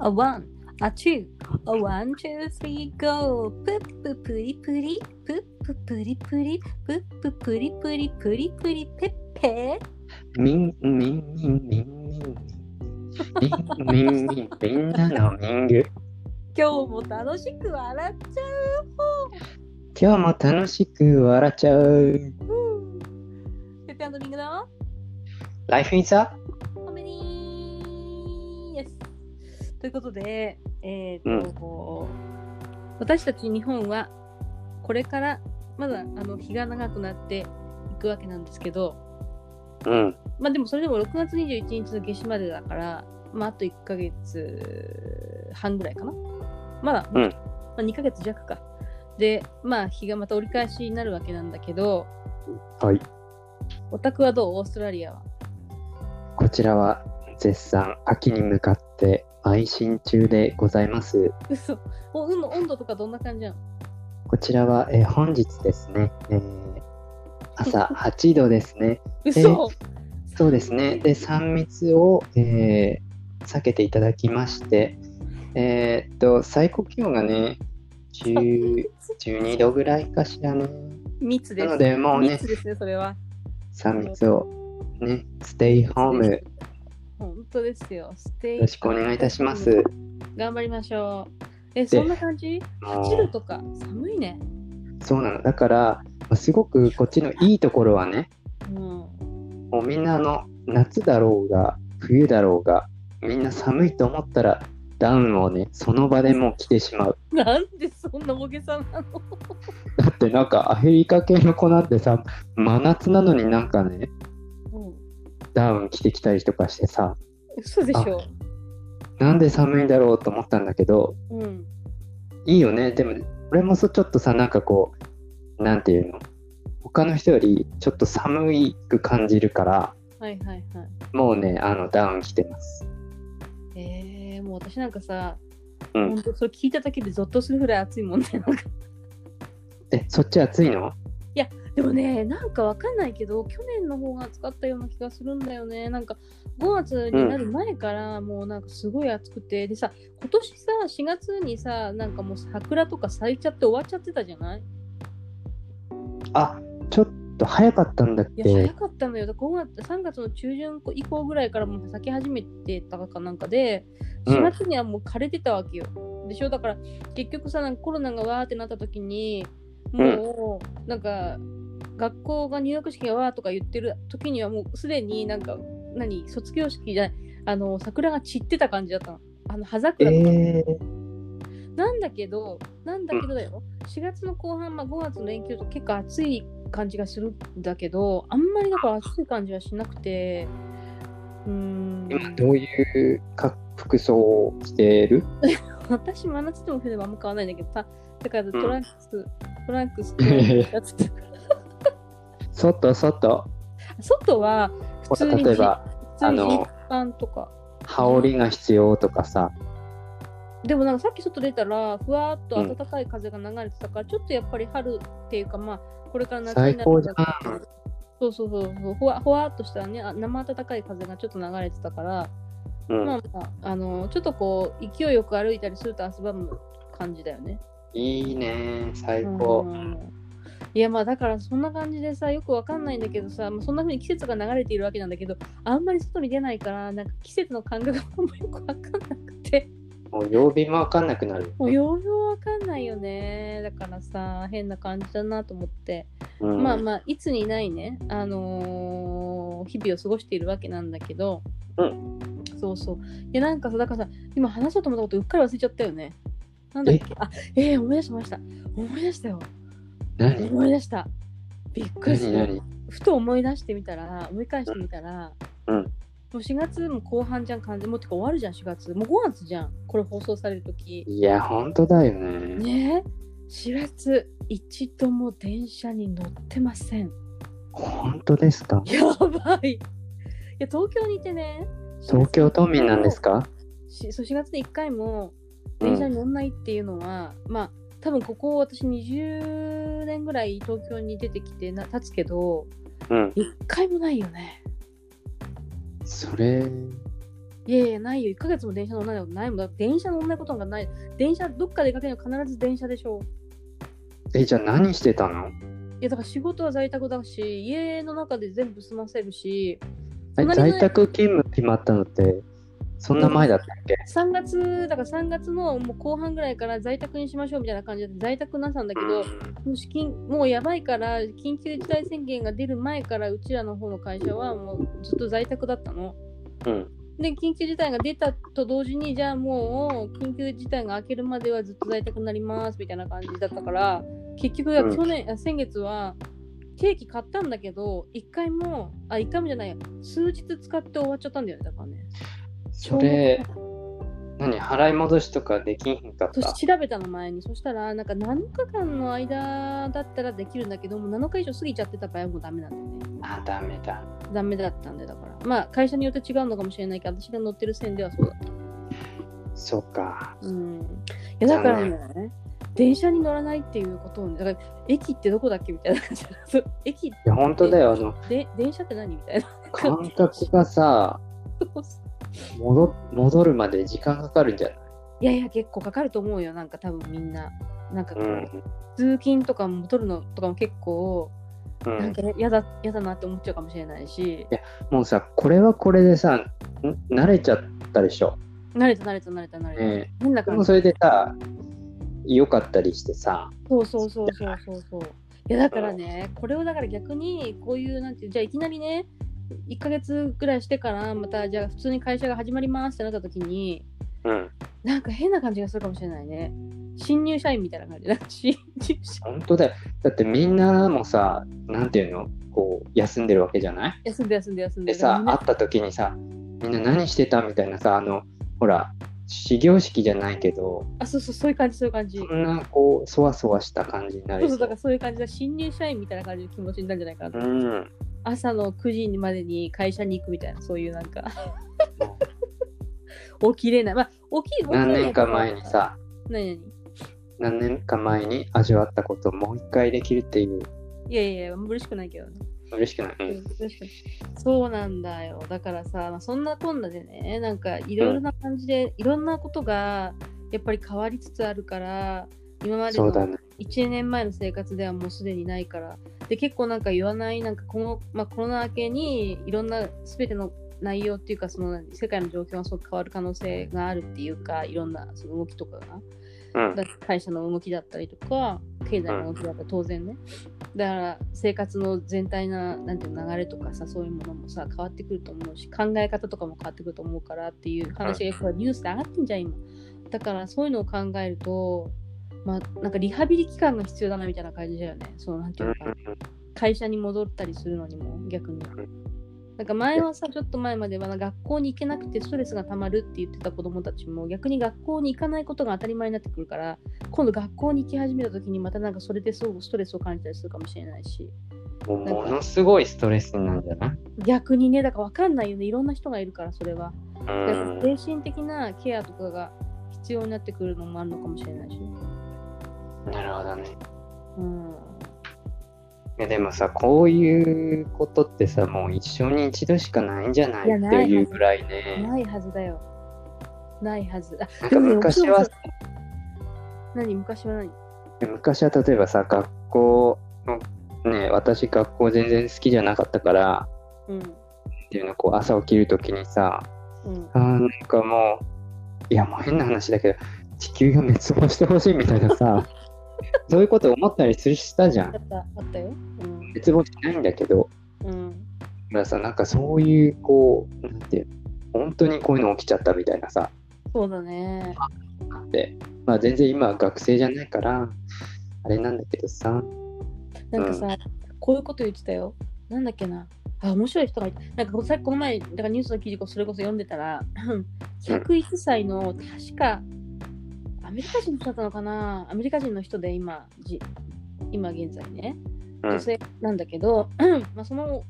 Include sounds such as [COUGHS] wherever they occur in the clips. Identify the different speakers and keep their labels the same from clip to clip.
Speaker 1: A one, a two, a one, two, three, go. プッププリプリ、プッププリプリ、プッププリプリ、プリプリペッペ。
Speaker 2: みん、みん、みん、みん、みん、みん、みん、みん、みんなのみんぐ。
Speaker 1: 今日も楽しく笑っちゃう
Speaker 2: 今日も楽しく笑っちゃう。
Speaker 1: 方。ペッペアンドミングの
Speaker 2: Life is a?
Speaker 1: コメディーです。ということで、えーとこう私たち日本はこれからまだあの日が長くなっていくわけなんですけど、
Speaker 2: うん。
Speaker 1: まあでもそれでも6月21日の夏至までだから、まああと1ヶ月半ぐらいかな。まだ、
Speaker 2: うん
Speaker 1: まあ、2ヶ月弱か。で、まあ日がまた折り返しになるわけなんだけど、
Speaker 2: はい。
Speaker 1: オタクはどうオーストラリアは。
Speaker 2: こちらは絶賛秋に向かって邁進中でございます。
Speaker 1: 嘘。お温度温度とかどんな感じなの
Speaker 2: こちらは、えー本日ですね、えー朝8度ですね。
Speaker 1: 嘘、
Speaker 2: そうですね。で、3密を、えー避けていただきまして、えーっと、最高気温がね、10 12度ぐらいかしらね。
Speaker 1: 密で
Speaker 2: な
Speaker 1: す
Speaker 2: の。で、もうね
Speaker 1: 密、ですね、それは。
Speaker 2: 3密を、ね、ステイホーム、よ
Speaker 1: 本当ですよ。ステイ。
Speaker 2: ろしくお願いいたします。
Speaker 1: 頑張りましょう。え、そんな感じ
Speaker 2: も
Speaker 1: ?8
Speaker 2: う
Speaker 1: 度とか寒いね。
Speaker 2: そうなの。だから、すごくこっちのいいところはね、
Speaker 1: うん。
Speaker 2: もうみんなあの夏だろうが冬だろうがみんな寒いと思ったらダウンをねその場でもう着てしまう
Speaker 1: [LAUGHS] なんでそんな大げさなの
Speaker 2: だってなんかアフリカ系の子なんてさ真夏なのになんかね
Speaker 1: うん。
Speaker 2: ダウン着てきたりとかしてさ
Speaker 1: 嘘でしょ。
Speaker 2: なんで寒いんだろうと思ったんだけど
Speaker 1: うん。
Speaker 2: いいよねでも俺もそちょっとさなんかこうなんていうの他の人よりちょっと寒いく感じるから
Speaker 1: はいはいは
Speaker 2: もうねあのダウン着てます
Speaker 1: い。えー、もう私なんかさ、
Speaker 2: うん
Speaker 1: 本当それ聞いただけでゾッとするぐらい暑いもんね。なんか
Speaker 2: えそっち暑いの
Speaker 1: [LAUGHS] でもね、なんかわかんないけど、去年の方が暑かったような気がするんだよね。なんか5月になる前からもうなんかすごい暑くて、でさ、今年さ、4月にさ、なんかもう桜とか咲いちゃって終わっちゃってたじゃない
Speaker 2: あちょっと早かったんだっ
Speaker 1: い
Speaker 2: け
Speaker 1: や、早かったのよ。だから5月、3月の中旬以降ぐらいからもう咲き始めてたかなんかで、
Speaker 2: うん
Speaker 1: 4月にはもう枯れてたわけよ。でしょだから結局さ、なんかコロナがわーってなった時に、もう、なんか、学校が入学式がわーとか言ってる時にはもうすでになんか、何、卒業式じゃない、あの、桜が散ってた感じだったの。あの、葉桜とか。
Speaker 2: えー、
Speaker 1: なんだけど、なんだけどだよ、4月の後半、まあ、5月の連休と結構暑い感じがするんだけど、あんまりだから暑い感じはしなくて、うーん、
Speaker 2: 今どういうか服装を着てる
Speaker 1: 私、真夏でも冬でもあんま変わらないんだけど、ただからトランクス、トランクス
Speaker 2: [LAUGHS]
Speaker 1: と、
Speaker 2: 外外
Speaker 1: 外は普通に
Speaker 2: 例えば
Speaker 1: 普通
Speaker 2: あ
Speaker 1: に
Speaker 2: の
Speaker 1: 一般とか、
Speaker 2: 羽織が必要とかさ
Speaker 1: でもなんかさっき外出たら、ふわっと暖かい風が流れてたから、ちょっとやっぱり春っていうか、まあ、これから夏にな
Speaker 2: 最高じ
Speaker 1: る
Speaker 2: ゃん
Speaker 1: そうそうそうそう、ほわほわっとしたね、あ生暖かい風がちょっと流れてたから、
Speaker 2: うん、
Speaker 1: まあまあ、あのちょっとこう、勢いよく歩いたりすると汗ばむ感じだよね。
Speaker 2: いいね最高、
Speaker 1: うんいやまあだからそんな感じでさよくわかんないんだけどさ、まあ、そんな風に季節が流れているわけなんだけどあんまり外に出ないからなんか季節の感覚があんまよくわかんなくて
Speaker 2: もう曜日もわかんなくなる
Speaker 1: もうようようわかんないよねだからさ変な感じだなと思って
Speaker 2: うん
Speaker 1: まあまあいつにないね、あのー日々を過ごしているわけなんだけど、
Speaker 2: う
Speaker 1: そうそういやなんかさだからさ今話そうと思ったことうっかり忘れちゃったよねなんだっけあえー、思い出しました思い出したよ
Speaker 2: 何
Speaker 1: 思い出したびっくりし
Speaker 2: 何
Speaker 1: た
Speaker 2: 何
Speaker 1: ふと思い出してみたら思い返してみたら、
Speaker 2: うんうん
Speaker 1: もう4月も後半じゃん完全もうてか終わるじゃん4月もう5月じゃんこれ放送される時
Speaker 2: いや本当だよね
Speaker 1: ねえ4月一度も電車に乗ってません
Speaker 2: 本当ですか
Speaker 1: やばい。いや東京にいてね。
Speaker 2: 東京都民なんですか
Speaker 1: しそう4月で1回も
Speaker 2: う
Speaker 1: 電車
Speaker 2: ん
Speaker 1: に乗んないっていうのは、まあ多分ここ私20年ぐらい東京に出てきてな経つけど
Speaker 2: うん
Speaker 1: 1回もないよね。
Speaker 2: それ
Speaker 1: いやいや、ないよ。1ヶ月も電車乗らないことないもん。だって電車乗らないことがない。電車、どっか出かけるの必ず電車でしょ。
Speaker 2: え、じゃあ何してたの
Speaker 1: いや、だから仕事は在宅だし、家の中で全部済ませるし、
Speaker 2: え
Speaker 1: 隣の
Speaker 2: 在宅勤務決まったのって、そんな前だったっけ
Speaker 1: 3月、だから3月のもう後半ぐらいから在宅にしましょうみたいな感じで在宅なさんだけど、もう資金、もうやばいから、緊急事態宣言が出る前から、うちらの方の会社はもうずっと在宅だったの。
Speaker 2: うん。
Speaker 1: で、緊急事態が出たと同時に、じゃあもう、緊急事態が明けるまではずっと在宅になりますみたいな感じだったから、結局は
Speaker 2: うん
Speaker 1: 去年、あ先月は、ケーキ買ったんだけど、1回も、あ、1回もじゃない、数日使って終わっちゃったんだよね、だからね。
Speaker 2: それ、何払い戻しとかできんかっ
Speaker 1: そ
Speaker 2: た
Speaker 1: し調べたの前に、そしたら、なんか7日間の間だったらできるんだけど、もう7日以上過ぎちゃってた場合はもうダメなんだよね。
Speaker 2: あ、ダメだ。
Speaker 1: ダメだったんで、だから。まあ、会社によって違うのかもしれないけど、私が乗ってる線ではそうだった。
Speaker 2: そうか。
Speaker 1: うん。いや、だからね、電車に乗らないっていうことをね、だから、駅ってどこだっけみたいな感じでそう [LAUGHS] 駅
Speaker 2: いや、本当だよ。あの、
Speaker 1: で、電車って何みたいな。
Speaker 2: 感覚がさ、戻戻るまで時間かかるんじゃない
Speaker 1: いやいや、結構かかると思うよ、なんか多分みんな。なんかこう、
Speaker 2: うん。
Speaker 1: 通勤とかも取るのとかも結構、
Speaker 2: う
Speaker 1: なん
Speaker 2: ん、
Speaker 1: か嫌だ嫌だなって思っちゃうかもしれないし、
Speaker 2: もうさ、これはこれでさ、ん慣れちゃったでしょ。
Speaker 1: 慣れた慣れた慣れた慣れた。
Speaker 2: ね
Speaker 1: 変な
Speaker 2: で
Speaker 1: 感
Speaker 2: も
Speaker 1: じ。
Speaker 2: それでさ、良かったりしてさ、
Speaker 1: そうそうそうそうそうそう。いやだからね、これをだから逆にこういうなんていうじゃあいきなりね、1ヶ月ぐらいしてからまたじゃあ普通に会社が始まりますってなった時に、
Speaker 2: うん、
Speaker 1: なんか変な感じがするかもしれないね。新入社員みたいな感じだ。新
Speaker 2: [LAUGHS]
Speaker 1: 入社
Speaker 2: 本当だよ。だってみんなもさ、なんていうの、こう、休んでるわけじゃない
Speaker 1: 休んで休んで休んで。
Speaker 2: でさ
Speaker 1: みん、な
Speaker 2: 会った時にさ、みんな何してたみたいなさ、あの、ほら、始業式じゃないけど、
Speaker 1: あ、そうそう、そういう感じ、そういう感じ。
Speaker 2: そんな、こう、そわそわした感じにな
Speaker 1: そう
Speaker 2: り
Speaker 1: そ、
Speaker 2: そう
Speaker 1: だからそういう感じだ。新入社員みたいな感じの気持ちになるんじゃないかなと。
Speaker 2: うん。
Speaker 1: 朝の9時までに会社に行くみたいな、そういうなんか
Speaker 2: も。
Speaker 1: 起きれない。まあ、起き起きれない。
Speaker 2: 何年か前に。さ、
Speaker 1: 何何
Speaker 2: 何年か前に味わったことをもう一回できるっていう、
Speaker 1: いやいやいや、嬉しくないけどね。
Speaker 2: 嬉しくない、うん
Speaker 1: 嬉しくないそうなんだよ。だからさ、まあ、そんなこんなでね、なんかいろいろな感じで、いろんなことがやっぱり変わりつつあるから、今まで
Speaker 2: そう
Speaker 1: の
Speaker 2: だね。
Speaker 1: 1年前の生活ではもうすでにないからで結構なんか言わないなんかこの、まあ、コロナ明けにいろんな全ての内容っていうかその世界の状況がすごく変わる可能性があるっていうかいろんなその動きとかが
Speaker 2: うん
Speaker 1: だ会社の動きだったりとか経済の動きだったり当然ねだから生活の全体ななんていうの流れとかさそういうものもさ変わってくると思うし考え方とかも変わってくると思うからっていう話がよくニュースで上がってんじゃん今だからそういうのを考えるとまあなんかリハビリ期間が必要だなみたいな感じだよねそのなんていうのかな会社に戻ったりするのにも逆になんか前はさちょっと前まではな学校に行けなくてストレスがたまるって言ってた子どもたちも逆に学校に行かないことが当たり前になってくるから今度学校に行き始めた時にまたなんかそれですごくストレスを感じたりするかもしれないし
Speaker 2: もうものすごいストレスになるんじゃない
Speaker 1: 逆にねだから分かんないよねいろんな人がいるからそれはだか
Speaker 2: う
Speaker 1: ら
Speaker 2: ん
Speaker 1: 精神的なケアとかが必要になってくるのもあるのかもしれないし、
Speaker 2: なるほどね。
Speaker 1: うん、
Speaker 2: いやでもさ、こういうことってさ、もう一生に一度しかないんじゃない
Speaker 1: いや
Speaker 2: っ
Speaker 1: ない
Speaker 2: て
Speaker 1: はず
Speaker 2: いうぐらいね。
Speaker 1: ないはずだよないはずあ
Speaker 2: な
Speaker 1: で
Speaker 2: んか
Speaker 1: もね
Speaker 2: 昔は
Speaker 1: 面白、何昔は何
Speaker 2: 昔は例えばさ、学校の、ね、私学校全然好きじゃなかったから、
Speaker 1: うん
Speaker 2: っていうのこう朝起きるときにさ、
Speaker 1: うん
Speaker 2: あーなんかもう、いやもう変な話だけど、地球が滅亡してほしいみたいなさ、そういうこと思ったりするしたじゃん
Speaker 1: あ。った、あったよ。うん。
Speaker 2: 滅亡しないんだけど、
Speaker 1: うん。
Speaker 2: だからさ、なんかそういう、こう、なんていうの、本当にこういうの起きちゃったみたいなさ、
Speaker 1: そうだね。
Speaker 2: あって、まあ全然今は学生じゃないから、あれなんだけどさ、
Speaker 1: なんかさ、こういうこと言ってたよ。なんだっけな。あ、面白い人がいた。なんかさ、この前、だからニュースの記事をそれこそ読んでたら、101歳の、確か、アメリカ人の人だったのかなアメリカ人の人で今、じ今現在ね、
Speaker 2: うん
Speaker 1: 女性なんだけど、 [CLEARS THROAT] まあその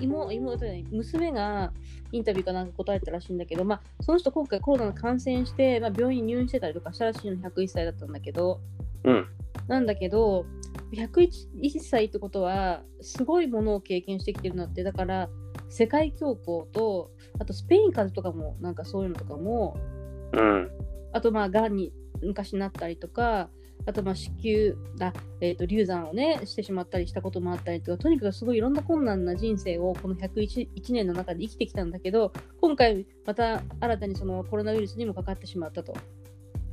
Speaker 1: 妹、妹じゃない娘がインタビューかなんか答えたらしいんだけど、まあ、その人今回コロナに感染して、まあ、病院に入院してたりとかしたらしいの101歳だったんだけど、
Speaker 2: うん、
Speaker 1: なんだけど101歳ってことはすごいものを経験してきてるのってだから世界恐慌とあとスペイン風邪とかもなんかそういうのとかも
Speaker 2: うん。
Speaker 1: あとまあがんに昔なったりとかあとまあ子宮だ、えー、と流産をねしてしまったりしたこともあったりとかとにかくすごいいろんな困難な人生をこの101 1年の中で生きてきたんだけど今回また新たにそのコロナウイルスにもかかってしまったと。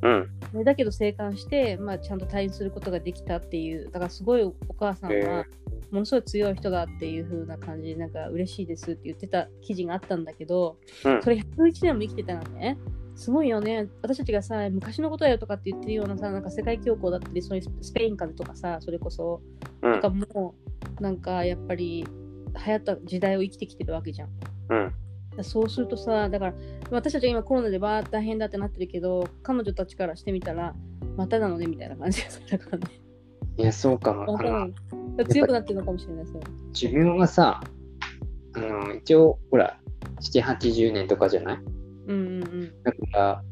Speaker 2: うん。
Speaker 1: ね、だけど生還して、まあ、ちゃんと退院することができたっていうだからすごいお母さん
Speaker 2: へえ
Speaker 1: はものすごい強い人だっていう風な感じでなんか嬉しいですって言ってた記事があったんだけど、
Speaker 2: うん
Speaker 1: それ101年も生きてたらねすごいよね私たちがさ昔のことだよとかって言ってるようなさなんか世界恐慌だったりそういうスペイン風邪とかさそれこそ
Speaker 2: うん
Speaker 1: とかもなんかやっぱり流行った時代を生きてきてるわけじゃん。
Speaker 2: うん。
Speaker 1: そうするとさ、だから私たちが今コロナでバーッ大変だってなってるけど、彼女たちからしてみたら、またなのねみたいな感じだからね。
Speaker 2: いや、そうかも。
Speaker 1: わ
Speaker 2: あ
Speaker 1: かんない
Speaker 2: の、
Speaker 1: 強くなってるのかもしれない。それ
Speaker 2: 寿命がさ、あの、一応、ほら、7、80年とかじゃない
Speaker 1: うんうんうん。
Speaker 2: だから、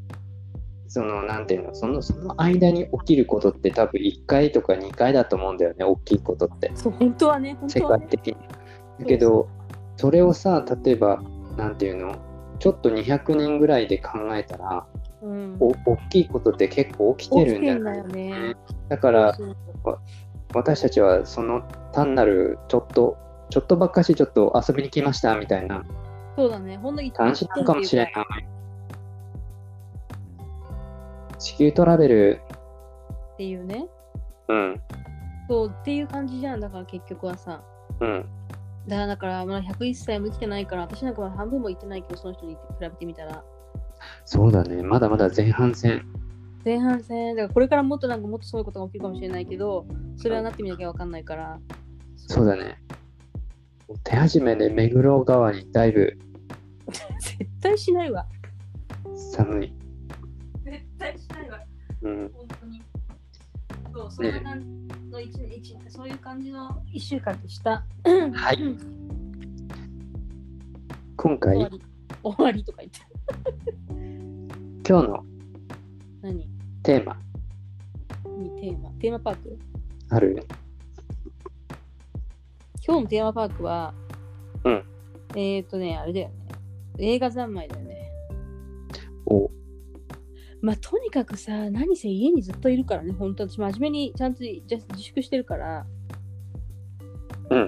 Speaker 2: その、なんていうの、その、その間に起きることって多分1回とか2回だと思うんだよね、大きいことって。
Speaker 1: そう、本当はね、本
Speaker 2: 世
Speaker 1: 当は
Speaker 2: 界
Speaker 1: ね。
Speaker 2: 的に。だけど、それをさ、例えば、なんていうの、ちょっと200年ぐらいで考えたら、
Speaker 1: うん、
Speaker 2: お大きいことって結構起きてるんじゃない
Speaker 1: 起きてんだよね
Speaker 2: だから
Speaker 1: そう
Speaker 2: 私たちはその単なるちょっとちょっとばっかしちょっと遊びに来ましたみたいな
Speaker 1: そうだね、ほんの一
Speaker 2: 単身なのかもしれない。地球トラベル、
Speaker 1: っていうね。
Speaker 2: うん、
Speaker 1: そう、っていう感じじゃん。だから結局はさ。
Speaker 2: うん、
Speaker 1: だからだから、まだ101歳も生きてないから、私なんかまだ半分も生きてないけど、その人に比べてみたら。
Speaker 2: そうだね、まだまだ前半戦。
Speaker 1: 前半戦だからこれからもっとなんかもっとそういうことが起きるかもしれないけどそれはなってみなきゃわかんないから
Speaker 2: そうだね。手始めで目黒川にだいぶ
Speaker 1: 絶対しないわ
Speaker 2: 寒い。
Speaker 1: 絶対しないわ
Speaker 2: うん、
Speaker 1: 本当にそうそ
Speaker 2: ね
Speaker 1: んな感じの一年一そういう感じの一週間でした
Speaker 2: はい。今回、
Speaker 1: 終わ
Speaker 2: 今
Speaker 1: り終わりとか言って
Speaker 2: 日の
Speaker 1: 何
Speaker 2: テーマ
Speaker 1: 何テーマテーマパーク
Speaker 2: ある
Speaker 1: 今日のテーマパークは
Speaker 2: うん
Speaker 1: えっ、ー、とねあれだよね映画三昧だよね
Speaker 2: お
Speaker 1: まあとにかくさ何せ家にずっといるからね本当私真面目にちゃんとじゃ自粛してるから
Speaker 2: うん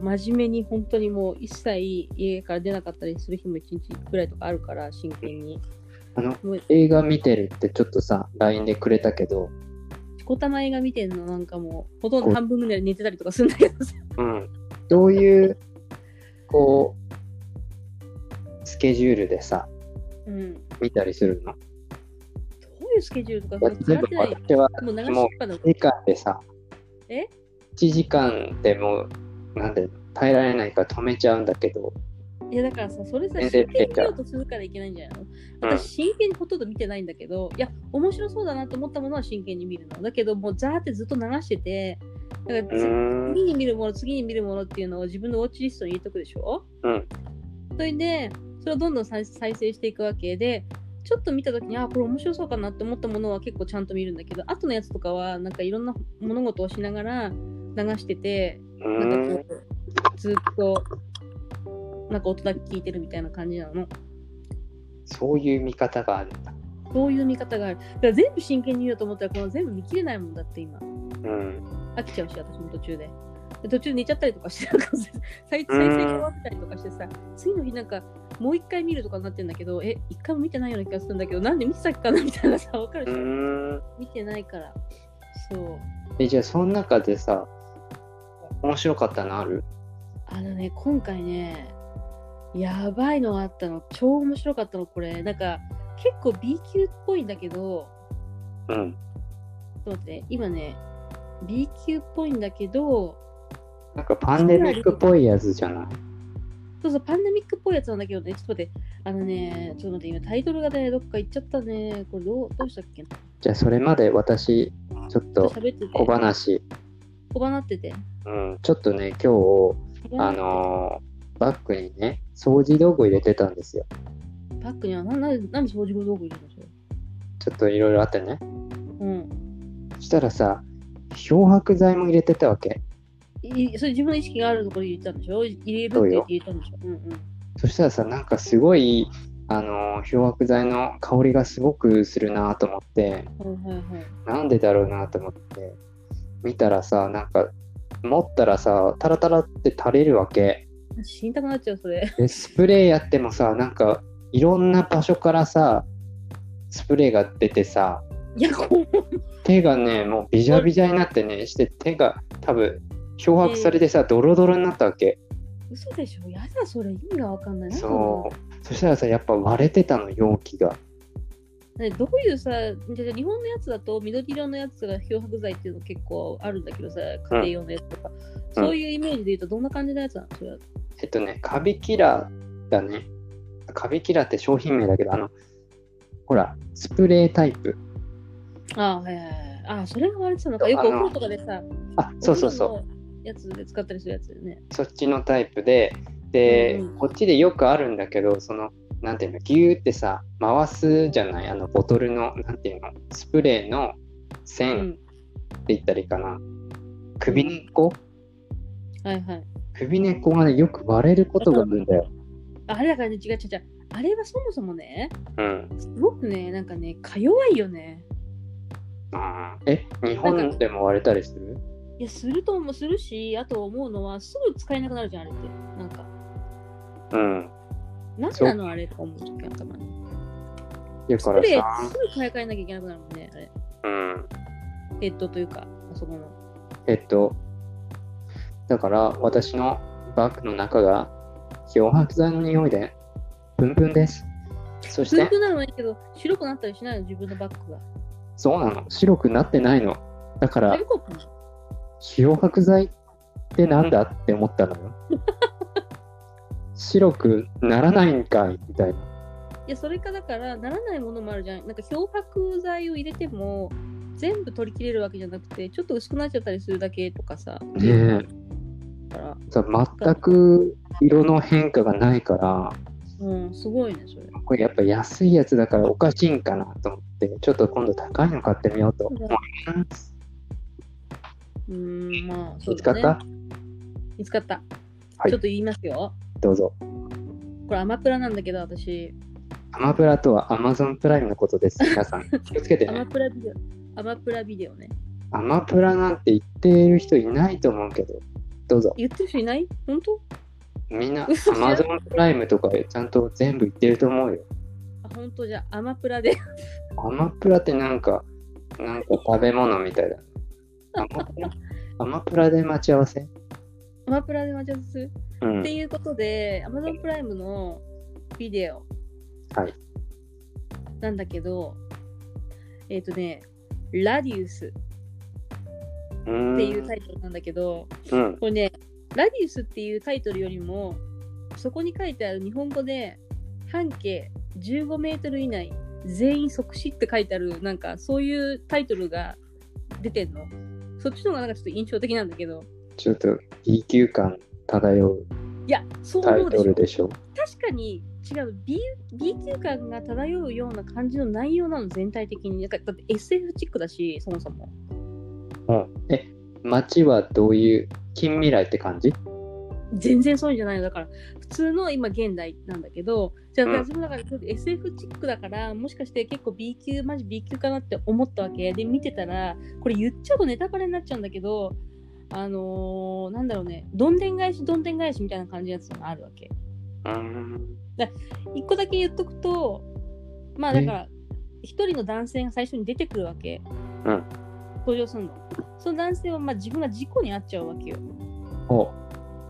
Speaker 1: もう真面目に本当にもう一切家から出なかったりする日も一日くらいとかあるから真剣に
Speaker 2: あの
Speaker 1: もう
Speaker 2: 映画見てるってちょっとさ LINE でくれたけど、
Speaker 1: しこたま映画見てんのなんかもうほとんど半分ぐらい寝てたりとかするんだけどさ
Speaker 2: うん、どういうこうスケジュールでさ
Speaker 1: うんど
Speaker 2: 見たりするの
Speaker 1: ういうスケジュールとか
Speaker 2: 例え
Speaker 1: ってな
Speaker 2: ば
Speaker 1: い
Speaker 2: 私は
Speaker 1: もう流しっ
Speaker 2: も
Speaker 1: ぱだ
Speaker 2: う時間でさ
Speaker 1: え
Speaker 2: 1時間でもうなんで耐えられないから止めちゃうんだけど、
Speaker 1: いやだからさそれさ真
Speaker 2: 全
Speaker 1: 剣
Speaker 2: 然見
Speaker 1: に
Speaker 2: れ
Speaker 1: 見
Speaker 2: ちゃう
Speaker 1: ようとするからいけないんじゃないの
Speaker 2: うん
Speaker 1: 私真剣にほとんど見てないんだけど、いや面白そうだなと思ったものは真剣に見るのだけどもうザーってずっと流しててだか
Speaker 2: う
Speaker 1: ら、
Speaker 2: ーん
Speaker 1: 次に見るもの次に見るものっていうのを自分のウォッチリストに入れとくでしょ
Speaker 2: うん
Speaker 1: それでそれをどんどん再再生していくわけでちょっと見た時にあこれ面白そうかなって思ったものは結構ちゃんと見るんだけど後のやつとかはなんかいろんな物事をしながら流してて
Speaker 2: う
Speaker 1: なん
Speaker 2: ー
Speaker 1: かこ
Speaker 2: ん
Speaker 1: うずっとなんか音だけ聞いてるみたいな感じなの
Speaker 2: そういう見方があるんだ、
Speaker 1: そういう見方があるだから全部真剣に見ようと思ったらこの全部見切れないもんだって今
Speaker 2: うん、
Speaker 1: 飽きちゃうし私も途中でで途中で寝ちゃったりとかしてなん [LAUGHS] か再再生が終わったりとかしてさ次の日なんかもう一回見るとかになってんだけどえ一回も見てないような気がするんだけどなんで見てたっけかなみたいなさ分かる
Speaker 2: う
Speaker 1: でしょ、
Speaker 2: ーん
Speaker 1: 見てないからそう
Speaker 2: えじゃあその中でさ面白かったのある
Speaker 1: あのね今回ねやばいのがあったの超面白かったのこれなんか結構 B 級っぽいんだけど
Speaker 2: うん
Speaker 1: ちょっと待ってね今ね B 級っぽいんだけど
Speaker 2: なんかパンデミックっぽいやつじゃない
Speaker 1: そうそう、パンデミックっぽいやつなんだけどね、ちょっと待って、あのね、ちょっと待って、今タイトルがね、どっか行っちゃったね。これどうどうしたっけな
Speaker 2: じゃあそれまで私ちょっと
Speaker 1: 喋ってて、
Speaker 2: 小話、
Speaker 1: 小鼻ってて。
Speaker 2: うん、ちょっとね今日あのーバッグにね掃除道具入れてたんですよ
Speaker 1: バッグには、な、な、なんで掃除道具入れるんですよ。
Speaker 2: ちょっといろいろあってね
Speaker 1: うん。
Speaker 2: そしたらさ漂白剤も入れてたわけ
Speaker 1: いそれ自分の意識があるところで言ったんでしょ入れるって言って言ったんでしょうんうん。
Speaker 2: そしたらさなんかすごいあの漂白剤の香りがすごくするなと思っ
Speaker 1: は
Speaker 2: て
Speaker 1: いはいはい。
Speaker 2: なんでだろうなと思って見たらさなんか持ったらさタラタラって垂れるわけ
Speaker 1: 死にたくなっちゃう、それ。
Speaker 2: でスプレーやってもさなんかいろんな場所からさスプレーが出てさ
Speaker 1: いや、こう。
Speaker 2: 手がねもうビジャビジャになってねして手が多分漂白されてさドロドロになったわけ
Speaker 1: 嘘でしょやだ、それ。意味がわかんない。
Speaker 2: そうそしたらさやっぱ割れてたの容器が
Speaker 1: う。どういうさ、じゃあ日本のやつだと緑色のやつが漂白剤っていうの結構あるんだけどさ、家庭用のやつとか。そういうイメージで言うとどんな感じのやつなのそれは。
Speaker 2: えっとね、カビキラーだね。カビキラーって商品名だけど、あの、ほら、スプレータイプ。
Speaker 1: ああ、はいはいはい。ああ、それが割れてたのか。よくお風呂とかでさ、
Speaker 2: あ、そうそうそう。
Speaker 1: う。やつで使ったりするやつだよね。
Speaker 2: そっちのタイプで、で、
Speaker 1: うん
Speaker 2: こっちでよくあるんだけど、その、なんていうの、ギューってさ、回すじゃない、あの、ボトルの、なんていうの、スプレーの
Speaker 1: う
Speaker 2: 線
Speaker 1: ん。
Speaker 2: って言ったらいいかな。首根っこ
Speaker 1: はいはい。
Speaker 2: 首根っこがね、よく割れることがあるんだよ。
Speaker 1: あれだからね、違う違う違う。あれはそもそもね、
Speaker 2: うん。
Speaker 1: すごくね、なんかね、か弱いよね。
Speaker 2: あーえ、日本でも割れたりする
Speaker 1: いや、するともするし、あと思うのは、すぐ使えなくなるじゃん、あれって。なんか、
Speaker 2: うん。
Speaker 1: なん
Speaker 2: そう
Speaker 1: なのあれとか思うときはたまに。
Speaker 2: だ
Speaker 1: ス
Speaker 2: か
Speaker 1: プ
Speaker 2: ら
Speaker 1: レ
Speaker 2: さ、
Speaker 1: ー、すぐ買い替えなきゃいけなくなるもんね、あれ。
Speaker 2: うん。
Speaker 1: ヘッドというか、あそこの。
Speaker 2: えっと、だから私のバッグの中が漂白剤の匂いでプンプンです。そし
Speaker 1: 白
Speaker 2: て、
Speaker 1: くなるのはいいけど、白くなったりしないの、自分のバッグが。
Speaker 2: そうなの、白くなってないの。だから、
Speaker 1: よかったの
Speaker 2: 漂白剤ってなんだって思ったの
Speaker 1: [LAUGHS]
Speaker 2: よ。白くならないんかいみたいな。
Speaker 1: いや、それかだから、ならないものもあるじゃん。なんか漂白剤を入れても、全部取り切れるわけじゃなくて、ちょっと薄くなっちゃったりするだけとかさ。
Speaker 2: ね
Speaker 1: だから、
Speaker 2: え、さ全く色の変化がないから、
Speaker 1: うん、すごいね、それ。
Speaker 2: これやっぱ安いやつだからおかしいんかなと思って、ちょっと今度高いの買ってみようと思います。
Speaker 1: うーん、まあ、そ
Speaker 2: 見
Speaker 1: う
Speaker 2: つか
Speaker 1: だ
Speaker 2: っ
Speaker 1: ね。
Speaker 2: た
Speaker 1: 見つかった。
Speaker 2: はい
Speaker 1: ちょっと言いますよ。
Speaker 2: どうぞ。
Speaker 1: これ、アマプラなんだけど、私、
Speaker 2: アマプラとはアマゾンプライムのこと
Speaker 1: [LAUGHS]
Speaker 2: です。皆さん、気をつけて
Speaker 1: アマ
Speaker 2: ね。
Speaker 1: プラビデオ、アマプラビデオね。
Speaker 2: アマプラなんて言っている人いないと思うけど、どうぞ。
Speaker 1: 言ってる人いない本当
Speaker 2: みんな、
Speaker 1: 嘘
Speaker 2: アマゾンプライムとかちゃんと全部言ってると思うよ。
Speaker 1: あ、本当じゃあ、アマプラで。 [LAUGHS]
Speaker 2: アマプラってなんか、なんか食べ物みたいだ。ア
Speaker 1: [LAUGHS]
Speaker 2: マプラアマプラで待ち合わせ
Speaker 1: アマプラで待ち合わせする。
Speaker 2: う
Speaker 1: っ
Speaker 2: ん
Speaker 1: て。いうことで、アマゾンプライムのビデオ。
Speaker 2: はい。
Speaker 1: なんだけど、えっ、とね、ラディウス
Speaker 2: うん
Speaker 1: っていうタイトルなんだけど、
Speaker 2: うん。
Speaker 1: これね、ラディウスっていうタイトルよりも、そこに書いてある日本語で、半径15メートル以内、全員即死って書いてある、なんかそういうタイトルが出てんの。そっちの方がなんかちょっと印象的なんだけど、
Speaker 2: ちょっと、B 級感漂う
Speaker 1: いや、そう
Speaker 2: タイ
Speaker 1: 思うでし
Speaker 2: ト
Speaker 1: ょ
Speaker 2: ル。でしょ。
Speaker 1: 確かに違う B, B 級感が漂うような感じの内容なの全体的になんかだって SF チックだしそもそも
Speaker 2: うんえ、街はどういう、近未来って感じ
Speaker 1: 全然そういうんじゃないのだから普通の今現代なんだけどじゃあ
Speaker 2: うん
Speaker 1: 私もだからちょっと SF チックだからもしかして結構 B 級マジ B 級かなって思ったわけで見てたらこれ言っちゃうとネタバレになっちゃうんだけどあのーなんだろうねどんでん返しどんでん返しみたいな感じのやつがあるわけ
Speaker 2: うん。
Speaker 1: 一個だけ言っとくとまあだから一人の男性が最初に出てくるわけ、
Speaker 2: うん
Speaker 1: 登場するのその男性はまあ自分が事故に遭っちゃうわけよ
Speaker 2: お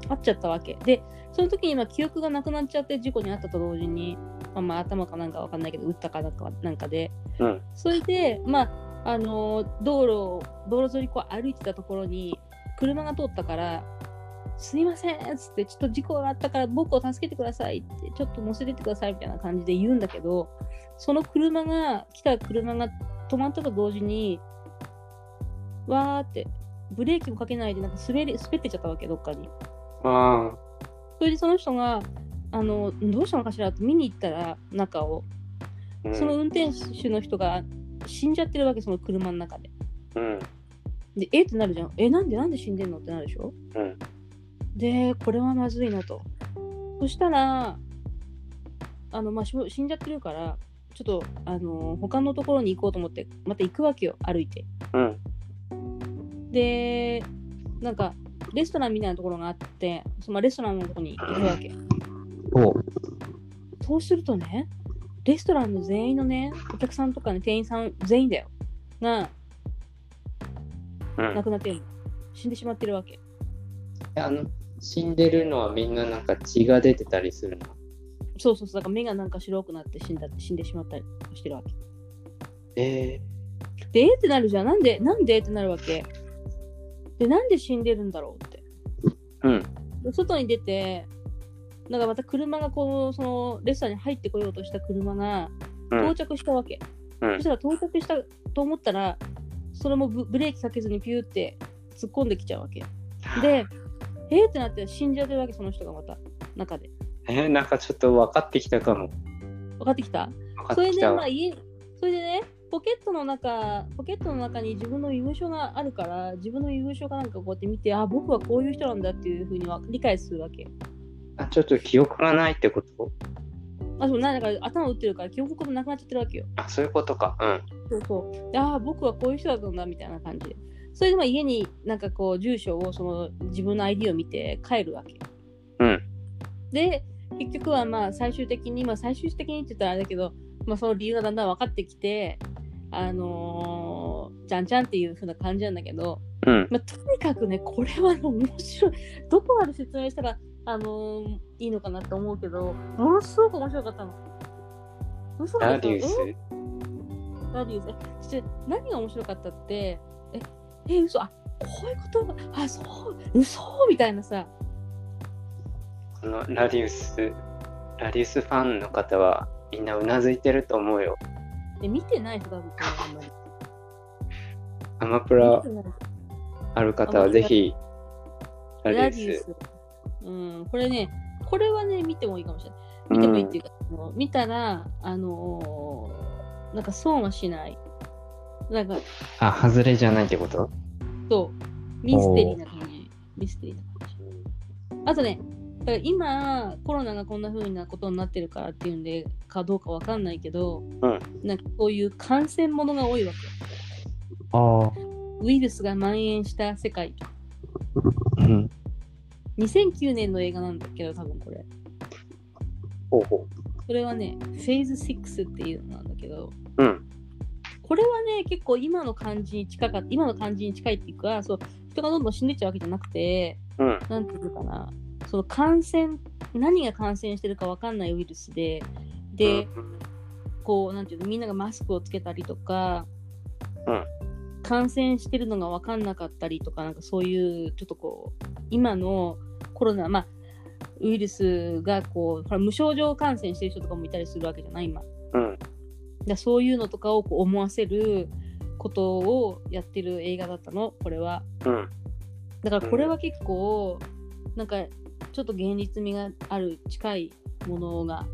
Speaker 1: 遭っちゃったわけでその時にまあ記憶がなくなっちゃって事故に遭ったと同時に、まあ、まあ頭かなんかわかんないけど打ったかなんかなんかで、
Speaker 2: うん
Speaker 1: それでまああのー道路を道路沿いにこう歩いてたところに車が通ったから「すいません」っつって「ちょっと事故があったから僕を助けてください」って「ちょっと乗せてってください」みたいな感じで言うんだけどその車が来た車が止まったと同時にわーってブレーキもかけないでなんか滑り滑ってっちゃったわけどっかに。
Speaker 2: あ
Speaker 1: それでその人があのどうしたのかしらって見に行ったら中を
Speaker 2: あ。
Speaker 1: その運転手の人が死んじゃってるわけその車の中で
Speaker 2: うん。
Speaker 1: でえってなるじゃんえなんでなんで死んでんのってなるでしょ、
Speaker 2: うん
Speaker 1: でこれはまずいなとそしたらあの、まあ、しょ死んじゃってるからちょっとあの他のところに行こうと思ってまた行くわけよ歩いて
Speaker 2: うん
Speaker 1: でなんかレストランみたいなところがあってそのレストランのところに行くわけ
Speaker 2: お
Speaker 1: そうするとね、レストランの全員のね、お客さんとかね、店員さん全員だよ、が
Speaker 2: う
Speaker 1: 亡
Speaker 2: ん
Speaker 1: くなってるの。死んでしまってるわけ。
Speaker 2: えあの死んでるのはみんななんか血が出てたりするの
Speaker 1: そうそうそう、だから目がなんか白くなって死んだって死んでしまったりしてるわけ。
Speaker 2: え
Speaker 1: で、えーってなるじゃん。なんで、なんでってなるわけ。で、なんで死んでるんだろうって。
Speaker 2: ー、うん
Speaker 1: で外に出て、なんかまた車がこう、そのレストランに入ってこようとした車が
Speaker 2: うん
Speaker 1: 到着したわけ。
Speaker 2: うん
Speaker 1: そしたら到着したと思ったら、それもブブレーキかけずにピューって突っ込んできちゃうわけ。で、えー、ってなって死んじゃってるわけ、その人がまた、中で。
Speaker 2: えーなんかちょっと分かってきたかも
Speaker 1: 分かってきた
Speaker 2: 分かっ
Speaker 1: そ
Speaker 2: て
Speaker 1: れ
Speaker 2: き
Speaker 1: で、
Speaker 2: た
Speaker 1: まあ、
Speaker 2: わ
Speaker 1: 家、それでね、ポケットの中、ポケットの中に自分の優勝があるから、自分の優勝かなんかこうやって見て、あ、僕はこういう人なんだっていうふうには理解するわけ。
Speaker 2: あちょっと記憶がないってこと
Speaker 1: あ、そう、なんだから頭打ってるから、記憶もなくなっちゃってるわけよ。
Speaker 2: あそういうことかう
Speaker 1: そうそう。でああ、僕はこういう人だったんだみたいな感じで。それでまあ家になんかこう住所をその自分の ID を見て帰るわけ。
Speaker 2: うん。
Speaker 1: で、結局はまあ最終的に、まあ最終的にって言ったらあれだけど、まあその理由がだんだん分かってきて、あのー、じゃんじゃんっていう風な感じなんだけど、
Speaker 2: んうん
Speaker 1: まあ、とにかくね、これはね面白い。どこまで説明したら、あのーいいのかなって思うけど、ものすごく面白かったの。面白か
Speaker 2: ダ
Speaker 1: った
Speaker 2: リウス
Speaker 1: ラディウスえちょ何が面白かったってええ嘘あこういうことがあそう嘘みたいなさ
Speaker 2: このラディウスラディウスファンの方はみんなうなずいてると思うよ
Speaker 1: で見てない人多分これあんまり
Speaker 2: アマプラ
Speaker 1: 見てない
Speaker 2: ある方はぜひラデ
Speaker 1: ラデ
Speaker 2: ィ
Speaker 1: ィ
Speaker 2: ウ
Speaker 1: ウ
Speaker 2: ス
Speaker 1: スうんこれねこれはね見てもいいかもしれない見てもいいってい
Speaker 2: う
Speaker 1: うか、あの見たらあのーなんか損はしないなんか
Speaker 2: んあ外れじゃないってこと
Speaker 1: そうミステリーな感じミステリーな感じあとね、だから今、コロナがこんな風なことになってるからっていうんで、かどうかわかんないけど、
Speaker 2: うん
Speaker 1: なんかそういう感染ものが多いわけよ。
Speaker 2: ああ
Speaker 1: ウイルスが蔓延した世界と。
Speaker 2: うん
Speaker 1: 2009年の映画なんだけど、多分これ。
Speaker 2: ほうほ
Speaker 1: それはね、フェーズ6っていうのなんだけど、
Speaker 2: ううん
Speaker 1: これはね、結構今の感じに近かった、今の感じに近いっていうか、そう、人がどんどん死んでっちゃうわけじゃなくて、
Speaker 2: うん
Speaker 1: なんていうのかな、その感染、何が感染してるかわかんないウイルスで、で、
Speaker 2: うん
Speaker 1: こうなんていうのみんながマスクをつけたりとか、
Speaker 2: うん
Speaker 1: 感染してるのが分かんなかったりとかなんかそういうちょっとこう今のコロナまあウイルスがこうほら無症状感染してる人とかもいたりするわけじゃない今だか
Speaker 2: うん
Speaker 1: らそういうのとかをこう思わせることをやってる映画だったのこれは
Speaker 2: うん
Speaker 1: だからこれは結構、なんかちょっと現実味がある近いものが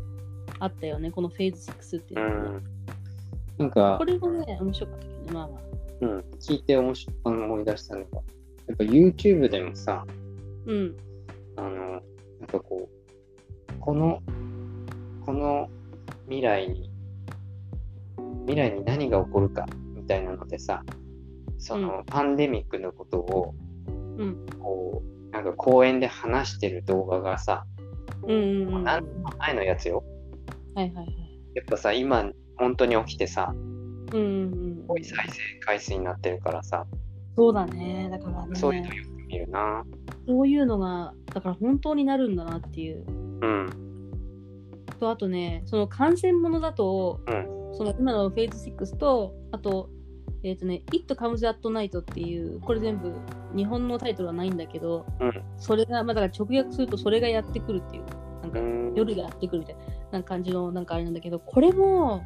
Speaker 1: あったよねこのフェーズ6っていう
Speaker 2: う
Speaker 1: のはね、
Speaker 2: んなんか
Speaker 1: これもね、面白かったけどね、まあまあ。
Speaker 2: うん、聞いて面白あの思い出したのがやっぱ YouTube でもさ、
Speaker 1: うん。
Speaker 2: あの、なんかこう、この、この未来に、未来に何が起こるかみたいなのでさ、その、パンデミックのことを、
Speaker 1: うん
Speaker 2: こう、なんか公園で話してる動画がさ、
Speaker 1: うんうんうん。は
Speaker 2: ない前のやつよ。
Speaker 1: はいはい。
Speaker 2: やっぱさ、今、本当に起きてさ、
Speaker 1: うんうんう
Speaker 2: 多
Speaker 1: ん
Speaker 2: い。再生回数になってるからさ、
Speaker 1: そうだね。だからね、
Speaker 2: そ
Speaker 1: そうう
Speaker 2: いうのよく見るな。
Speaker 1: いうのが、だから本当になるんだなっていう。
Speaker 2: うん、
Speaker 1: と、あとね、その感染ものだと、
Speaker 2: う
Speaker 1: その今のフェーズ6と、あと、えっ、とね、It Comes at Night っていう、これ全部日本のタイトルはないんだけど、
Speaker 2: うん
Speaker 1: それが、まあ、だから直訳するとそれがやってくるっていう、なん
Speaker 2: う
Speaker 1: か
Speaker 2: ん。
Speaker 1: 夜がやってくるみたいな感じのなんかあれなんだけどこれも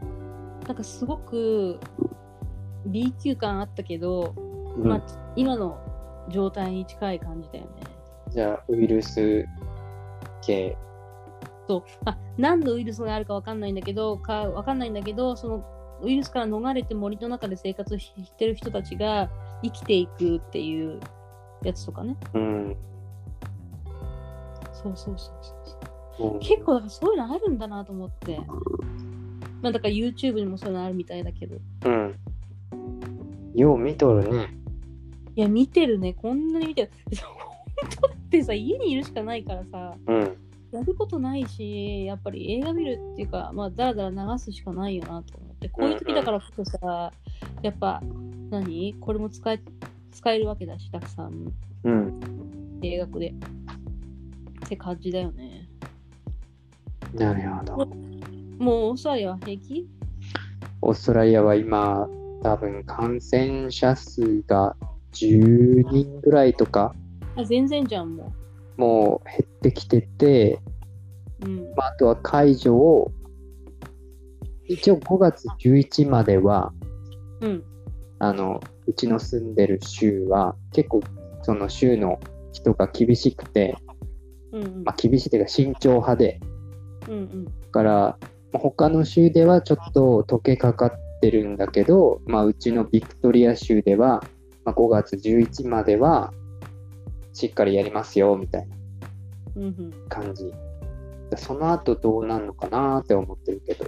Speaker 1: なんかすごく B 級感あったけど、
Speaker 2: うん
Speaker 1: まあ、今の状態に近い感じだよね。
Speaker 2: じゃあ、ウイルス系。
Speaker 1: そうまあ、何のウイルスがあるかわかんないんだけどかわかんないんだけどそのウイルスから逃れて森の中で生活してる人たちが生きていくっていうやつとかね。
Speaker 2: うん。
Speaker 1: そうそうそうそうそう。
Speaker 2: うん
Speaker 1: 結構だからそういうのあるんだなと思って。まあだから YouTube にもそういうのあるみたいだけど。
Speaker 2: うん。よう見とるね。
Speaker 1: いや、見てるね。こんなに見てる。 [LAUGHS] 本当だってさ、家にいるしかないからさ、
Speaker 2: うん。
Speaker 1: やることないし、やっぱり映画見るっていうか、まあ、だらだら流すしかないよなと思って、こういう時だからこそさ、やっぱ、何これも使え使えるわけだし、たくさん
Speaker 2: うん。
Speaker 1: 映画で。って感じだよね。
Speaker 2: なるほど。
Speaker 1: もうオーストラリアは平気
Speaker 2: オーストラリアは今、多分感染者数が10人ぐらいとか、
Speaker 1: あ全然じゃん、も
Speaker 2: もう減ってきてて、
Speaker 1: う。うん。
Speaker 2: まあ、あとは解除を、一応5月11までは、
Speaker 1: うん。
Speaker 2: あの、うちの住んでる州は、結構、その州の人が厳しくて、
Speaker 1: うんうん
Speaker 2: まあ、厳しいというか慎重派で、
Speaker 1: うんうん
Speaker 2: だから、まあ他の州ではちょっと溶けかかってるんだけど、まあ、うちのビクトリア州では、まあ、5月11までは、しっかりやりますよ、みたいな
Speaker 1: うんうん
Speaker 2: 感じ。その後どうなるのかなって思ってるけど。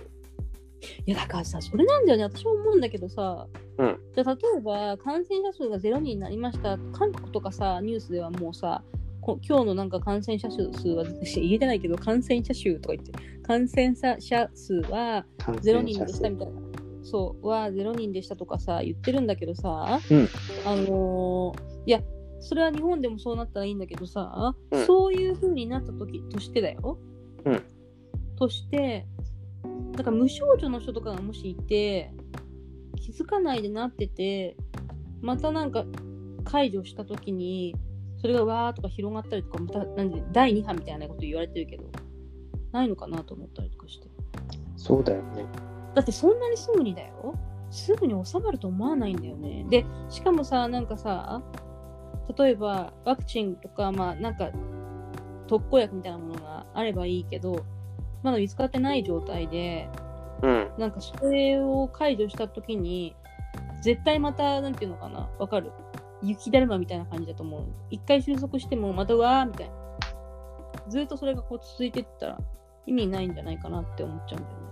Speaker 1: いやだからさそれなんだよね私も思うんだけどさ、
Speaker 2: うん
Speaker 1: じゃあ例えば感染者数がゼロ人になりました韓国とかさニュースではもうさこ今日のなんか感染者数は私言えてないけど感染者数とか言って感染者数は
Speaker 2: 感
Speaker 1: ゼロ
Speaker 2: 染
Speaker 1: 人
Speaker 2: 者
Speaker 1: で
Speaker 2: 数
Speaker 1: したみたいな。そうはゼロ人でしたとかさ言ってるんだけどさ、
Speaker 2: うん
Speaker 1: あのーいやそれは日本でもそうなったらいいんだけどさ、
Speaker 2: うん
Speaker 1: そういう風になった時としてだよ、
Speaker 2: うん
Speaker 1: としてなんか無症状の人とかがもしいて気づかないでなっててまたなんか解除した時にそれがわーとか広がったりとかまたなんで第2波みたいなこと言われてるけどないのかなと思ったりとかして。
Speaker 2: そうだよね。
Speaker 1: だってそんなにすぐにだよすぐに収まると思わないんだよねでしかもさなんかさ例えばワクチンとかまあなんか特効薬みたいなものがあればいいけどまだ見つかってない状態で
Speaker 2: うん。
Speaker 1: なんかそれを解除した時に絶対またなんていうのかなわかる雪だるまみたいな感じだと思う一回収束してもまたうわーみたいなずっとそれがこう続いてったら意味ないんじゃないかなって思っちゃうんだよね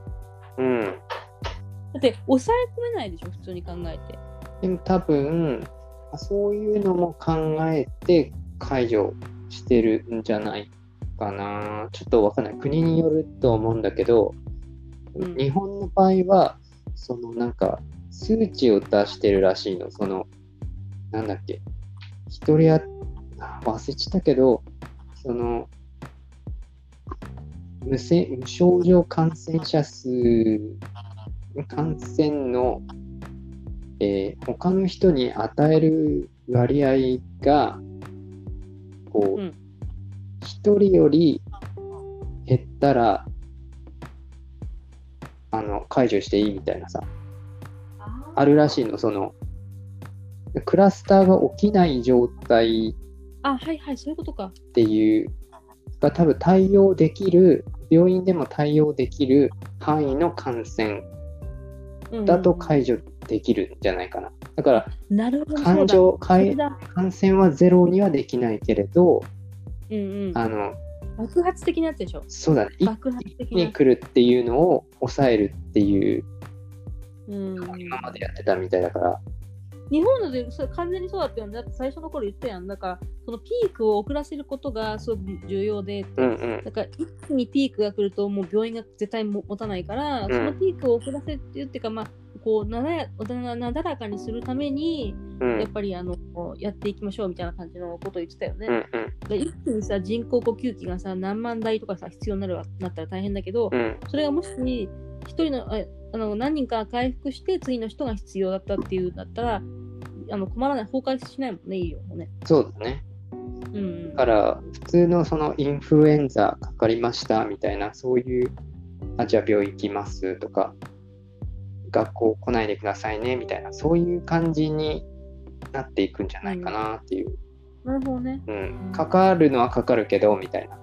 Speaker 2: うん。
Speaker 1: だって抑え込めないでしょ普通に考えて
Speaker 2: でも多分そういうのも考えて解除してるんじゃないかなちょっとわかんない国によると思うんだけど、
Speaker 1: うん
Speaker 2: 日本の場合はそのなんか数値を出してるらしいのそのなんだっけ一人ああ忘れちゃったけどその無せ無症状感染者数感染の、えー他の人に与える割合がこう、
Speaker 1: うん
Speaker 2: 一人より減ったらあの解除していいみたいなさあるらしいのそのクラスターが起きない状態
Speaker 1: あはいはいそういうことか
Speaker 2: っていうが多分対応できる病院でも対応できる範囲の感染だと解除できるんじゃないかな。だから
Speaker 1: うんなるほど
Speaker 2: 感
Speaker 1: そ
Speaker 2: 情変
Speaker 1: う
Speaker 2: え
Speaker 1: だ
Speaker 2: 感染はゼロにはできないけれど
Speaker 1: うんうん
Speaker 2: あの
Speaker 1: 爆発的なやつでしょ
Speaker 2: そうだね一
Speaker 1: 爆発的
Speaker 2: 気
Speaker 1: な
Speaker 2: に来るっていうのを抑えるっていう
Speaker 1: うん
Speaker 2: 今までやってたみたいだから
Speaker 1: 日本のでそれ完全にそうだったよねだって最初の頃言ったやんだからそのピークを遅らせることがすごく重要で
Speaker 2: うんうん
Speaker 1: だから一気にピークが来るともう病院が絶対も持たないから、
Speaker 2: ん
Speaker 1: そのピークを遅らせるっていうかまあこうなだやなだらかにするために、
Speaker 2: う
Speaker 1: やっ
Speaker 2: ん
Speaker 1: ぱりあのやっていきましょうみたいな感じのことを言ってたよね。
Speaker 2: うんうん
Speaker 1: で一気にさ人工呼吸器がさ何万台とかさ必要になるわなったら大変だけど、
Speaker 2: うん
Speaker 1: それがもし一人のああの何人かが回復して次の人が必要だったっていうんだったらあの困らない崩壊しないもんね医療もね。
Speaker 2: そうだね
Speaker 1: うんうん、
Speaker 2: だから普通のそのインフルエンザかかりましたみたいなそういうあじゃあ病院行きますとか学校来ないでくださいねみたいなそういう感じになっていくんじゃないかなっていう、
Speaker 1: なるほどね。
Speaker 2: うん、かかるのはかかるけどみたいな、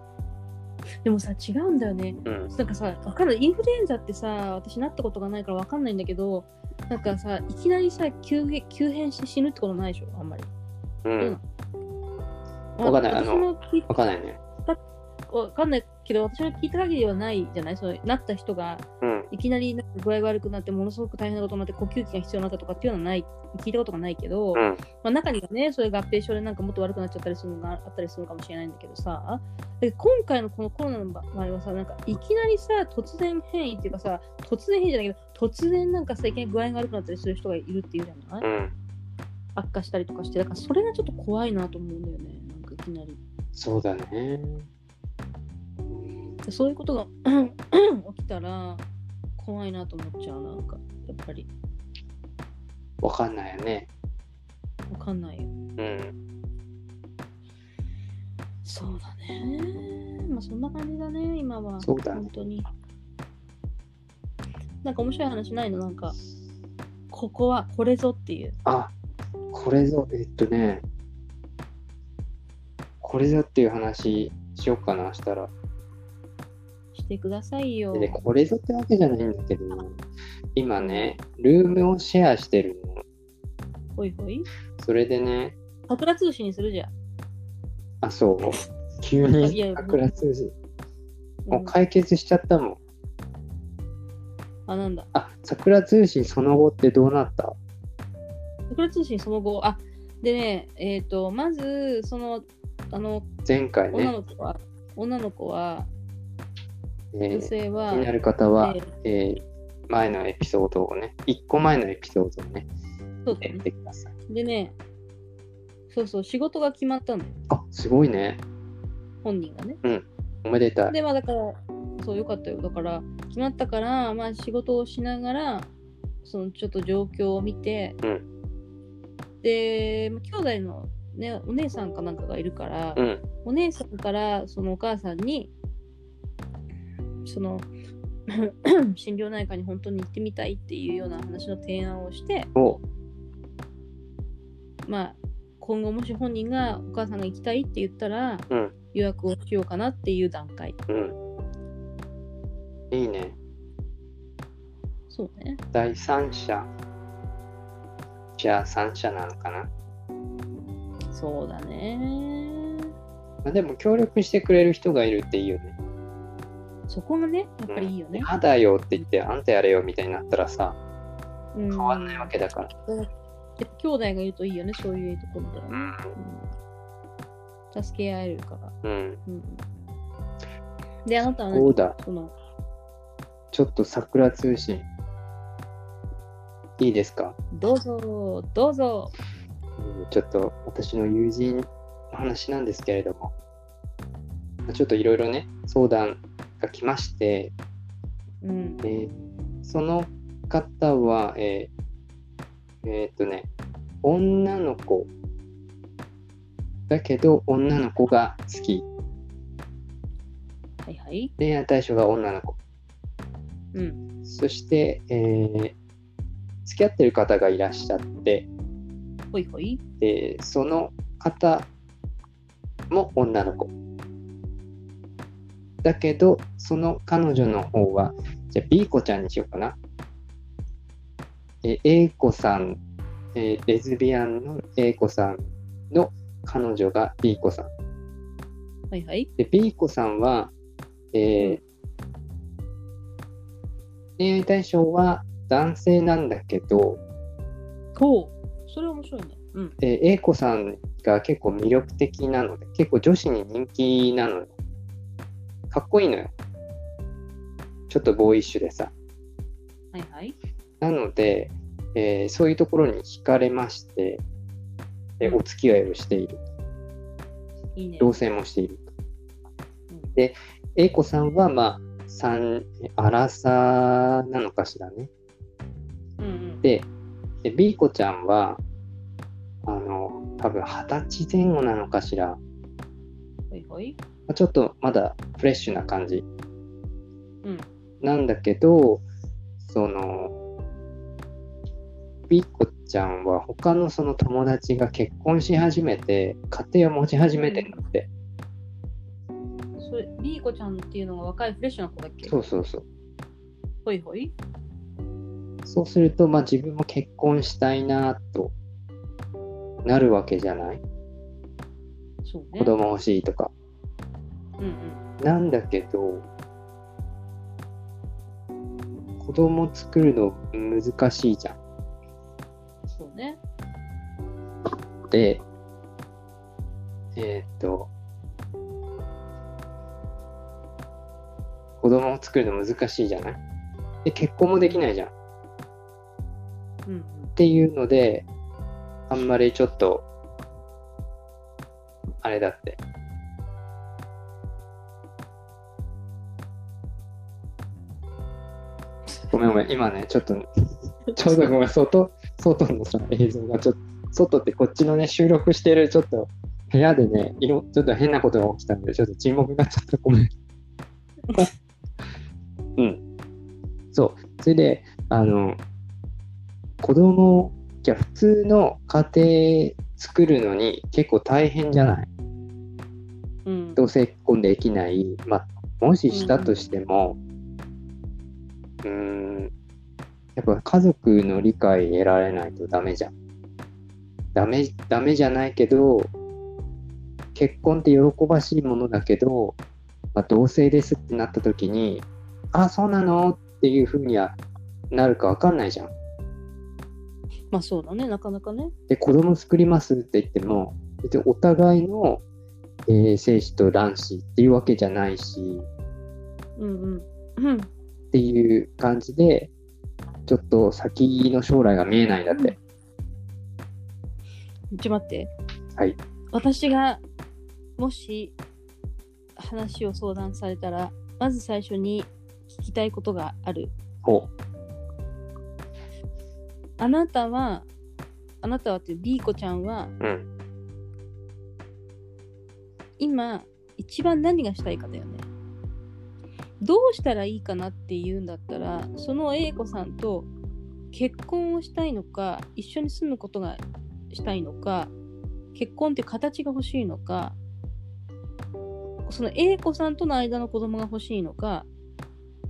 Speaker 1: でもさ違うんだよね。
Speaker 2: うん、
Speaker 1: なんかさわかるインフルエンザってさ私なったことがないからわかんないんだけどなんかさ、いきなりさ、急げ急変して死ぬってことないでしょ、あんまり。
Speaker 2: うん。
Speaker 1: わ
Speaker 2: わかんないあの
Speaker 1: 聞い
Speaker 2: わかんないね。
Speaker 1: わかんないけど、私の聞いた限りではないじゃないそうなった人が、
Speaker 2: うん。
Speaker 1: いきなりなんか具合が悪くなって、ものすごく大変なことになって、呼吸器が必要になったとかっていうのはない、聞いたことがないけど、
Speaker 2: うん。
Speaker 1: まあ、中にはね、そういう合併症でなんかもっと悪くなっちゃったりするのがあったりするかもしれないんだけどさ、で今回のこのコロナの場合はさ、なんかいきなりさ、突然変異っていうかさ、突然変異じゃないけど、突然なんかさ、いきなり具合が悪くなったりする人がいるっていうじゃない、
Speaker 2: うん。
Speaker 1: 悪化したりとかして、だからそれがちょっと怖いなと思うんだよね、なんかいきなり。
Speaker 2: そうだね。
Speaker 1: でそういうことが [CLEARS THROAT] 起きたら、怖いなと思っちゃう、なんか、やっぱり、
Speaker 2: わかんないよね。
Speaker 1: わかんないよ。
Speaker 2: うん。
Speaker 1: そうだね。まあそんな感じだね、今は。
Speaker 2: そうだね
Speaker 1: 本当に。なんか面白い話ないのなんか、ここはこれぞっていう。
Speaker 2: あ、これぞ、えっとね。これぞっていう話しようかな、したら。
Speaker 1: してくださいよ。
Speaker 2: で、これぞってわけじゃないんだけど、今ね、ルームをシェアしてるの。
Speaker 1: ほいほい。
Speaker 2: それでね、
Speaker 1: 桜通信にするじゃん。
Speaker 2: あ、そう。急
Speaker 1: いやい
Speaker 2: に
Speaker 1: や
Speaker 2: 桜通信。
Speaker 1: う
Speaker 2: もうん解決しちゃったもん。
Speaker 1: あ、なんだ。
Speaker 2: あ、桜通信その後ってどうなった
Speaker 1: 桜通信その後、あ、でね、えっ、と、まず、その、あの、
Speaker 2: 前回
Speaker 1: 女
Speaker 2: ね、
Speaker 1: の子は、女の子は、
Speaker 2: え
Speaker 1: 女
Speaker 2: ー、
Speaker 1: 性は、
Speaker 2: 気になる方は
Speaker 1: え、
Speaker 2: えー前のエピソードをね、1個前のエピソードをね、
Speaker 1: そうだ
Speaker 2: やっ
Speaker 1: ね。
Speaker 2: てください。
Speaker 1: でね、そうそう、仕事が決まったのよ、
Speaker 2: あ、すごいね。
Speaker 1: 本人がね。
Speaker 2: おめでたい。
Speaker 1: でまあだからそうよかったよだから決まったからまあ仕事をしながらそのちょっと状況を見て、
Speaker 2: う
Speaker 1: でまあ兄弟のねお姉さんかなんかがいるから、
Speaker 2: うん、
Speaker 1: お姉さんからそのお母さんにその [COUGHS] 心療内科に本当に行ってみたいっていうような話の提案をして
Speaker 2: お
Speaker 1: まあ今後もし本人がお母さんが行きたいって言ったら、
Speaker 2: うん
Speaker 1: 予約をしようかなっていう段階
Speaker 2: うん。いいね。
Speaker 1: そうね
Speaker 2: 第三者。じゃあ三者なのかな。
Speaker 1: そうだね。
Speaker 2: まあ、でも協力してくれる人がいるっていいよね。
Speaker 1: そこがね、やっぱりいいよね。
Speaker 2: あだよって言って、あんたやれよみたいになったらさ、
Speaker 1: 変
Speaker 2: 変わんないわけだから。
Speaker 1: やっぱ兄弟がいるといいよね、そういうところでは
Speaker 2: う
Speaker 1: ね。
Speaker 2: ん。
Speaker 1: うん助け合えるから。
Speaker 2: うん。
Speaker 1: うん、で、あなたは
Speaker 2: そ
Speaker 1: ね
Speaker 2: う、だ。
Speaker 1: その、
Speaker 2: ちょっと桜通信。いいですか、
Speaker 1: どうぞ、どうぞ。
Speaker 2: うんちょっと私の友人の話なんですけれども、まあちょっといろいろね、相談が来まして、
Speaker 1: うん。
Speaker 2: えーその方は、えーえーっとね、女の子だけど女の子が好き。
Speaker 1: はいはい。
Speaker 2: 恋愛対象が女の子。
Speaker 1: うん。
Speaker 2: そして、えー付き合ってる方がいらっしゃって、
Speaker 1: ほいほい。
Speaker 2: でその方も女の子だけどその彼女の方はじゃあ B 子ちゃんにしようかなえ A 子さん、えーレズビアンの A 子さんの彼女が B 子さん
Speaker 1: はいはい。
Speaker 2: で B 子さんは、えー恋愛対象は男性なんだけど、
Speaker 1: ほう。それ面白いね。うん。
Speaker 2: えー、A 子さんが結構魅力的なので、結構女子に人気なのよ。かっこいいのよ。ちょっとボーイッシュでさ。
Speaker 1: はいはい。
Speaker 2: なので、えーそういうところに惹かれまして、えー
Speaker 1: うん
Speaker 2: お付き合いをしている。
Speaker 1: いいね。
Speaker 2: 同棲もしている。
Speaker 1: うん
Speaker 2: で、A 子さんは、まあ、三、アラサーなのかしらね。
Speaker 1: うんうん。
Speaker 2: で、で B 子ちゃんは、あの、多分二十歳前後なのかしら。
Speaker 1: ほいほい。
Speaker 2: まあちょっとまだフレッシュな感じ、
Speaker 1: うん
Speaker 2: なんだけどそのビーコちゃんは他のその友達が結婚し始めて家庭を持ち始めてるんだって、
Speaker 1: それ、リーコちゃんっていうのが若いフレッシュな子だっけ
Speaker 2: そうそうそう
Speaker 1: ほいほい。
Speaker 2: そうすると、まあ、自分も結婚したいなとなるわけじゃない
Speaker 1: そうね。
Speaker 2: 子供欲しいとか。
Speaker 1: うんうん。
Speaker 2: なんだけど子供作るの難しいじゃん。
Speaker 1: そうね。
Speaker 2: で、えーっと、子供を作るの難しいじゃないで、結婚もできないじゃん。っ
Speaker 1: うんうん。
Speaker 2: ていうので、あんまりちょっと、あれだって。ごめんごめん、今ね、ちょっと、ちょうどごめん、外、外のさ、映像がちょっと、外ってこっちのね、収録してるちょっと、部屋でね、いろ、ちょっと変なことが起きたんで、ちょっと沈黙になっちゃった、ごめん。うん。そう。それで、あの、子供、じゃ普通の家庭作るのに結構大変じゃない
Speaker 1: うん。
Speaker 2: 同性結婚できない、まあ、もししたとしても、うーん、やっぱ家族の理解得られないとダメじゃん。ダメ、ダメじゃないけど、結婚って喜ばしいものだけど、まあ、同性ですってなった時に、あ、そうなのっていうふうにはなるかわかんないじゃん。
Speaker 1: まあそうだね、なかなかね。
Speaker 2: で子供作りますって言っても別にお互いの、えー精子と卵子っていうわけじゃないし
Speaker 1: うんうん。うん。
Speaker 2: っていう感じでちょっと先の将来が見えないんだっ
Speaker 1: ち
Speaker 2: て、
Speaker 1: ょっと待って。
Speaker 2: はい。
Speaker 1: 私がもし話を相談されたら、まず最初に聞きたいことがある。
Speaker 2: ほ
Speaker 1: あなたは、あなたはっていう B 子ちゃんは、
Speaker 2: ううん
Speaker 1: 今一番何がしたいかだよねどうしたらいいかなっていうんだったらその A 子さんと結婚をしたいのか一緒に住むことがしたいのか結婚っていう形が欲しいのかその A 子さんとの間の子供が欲しいのか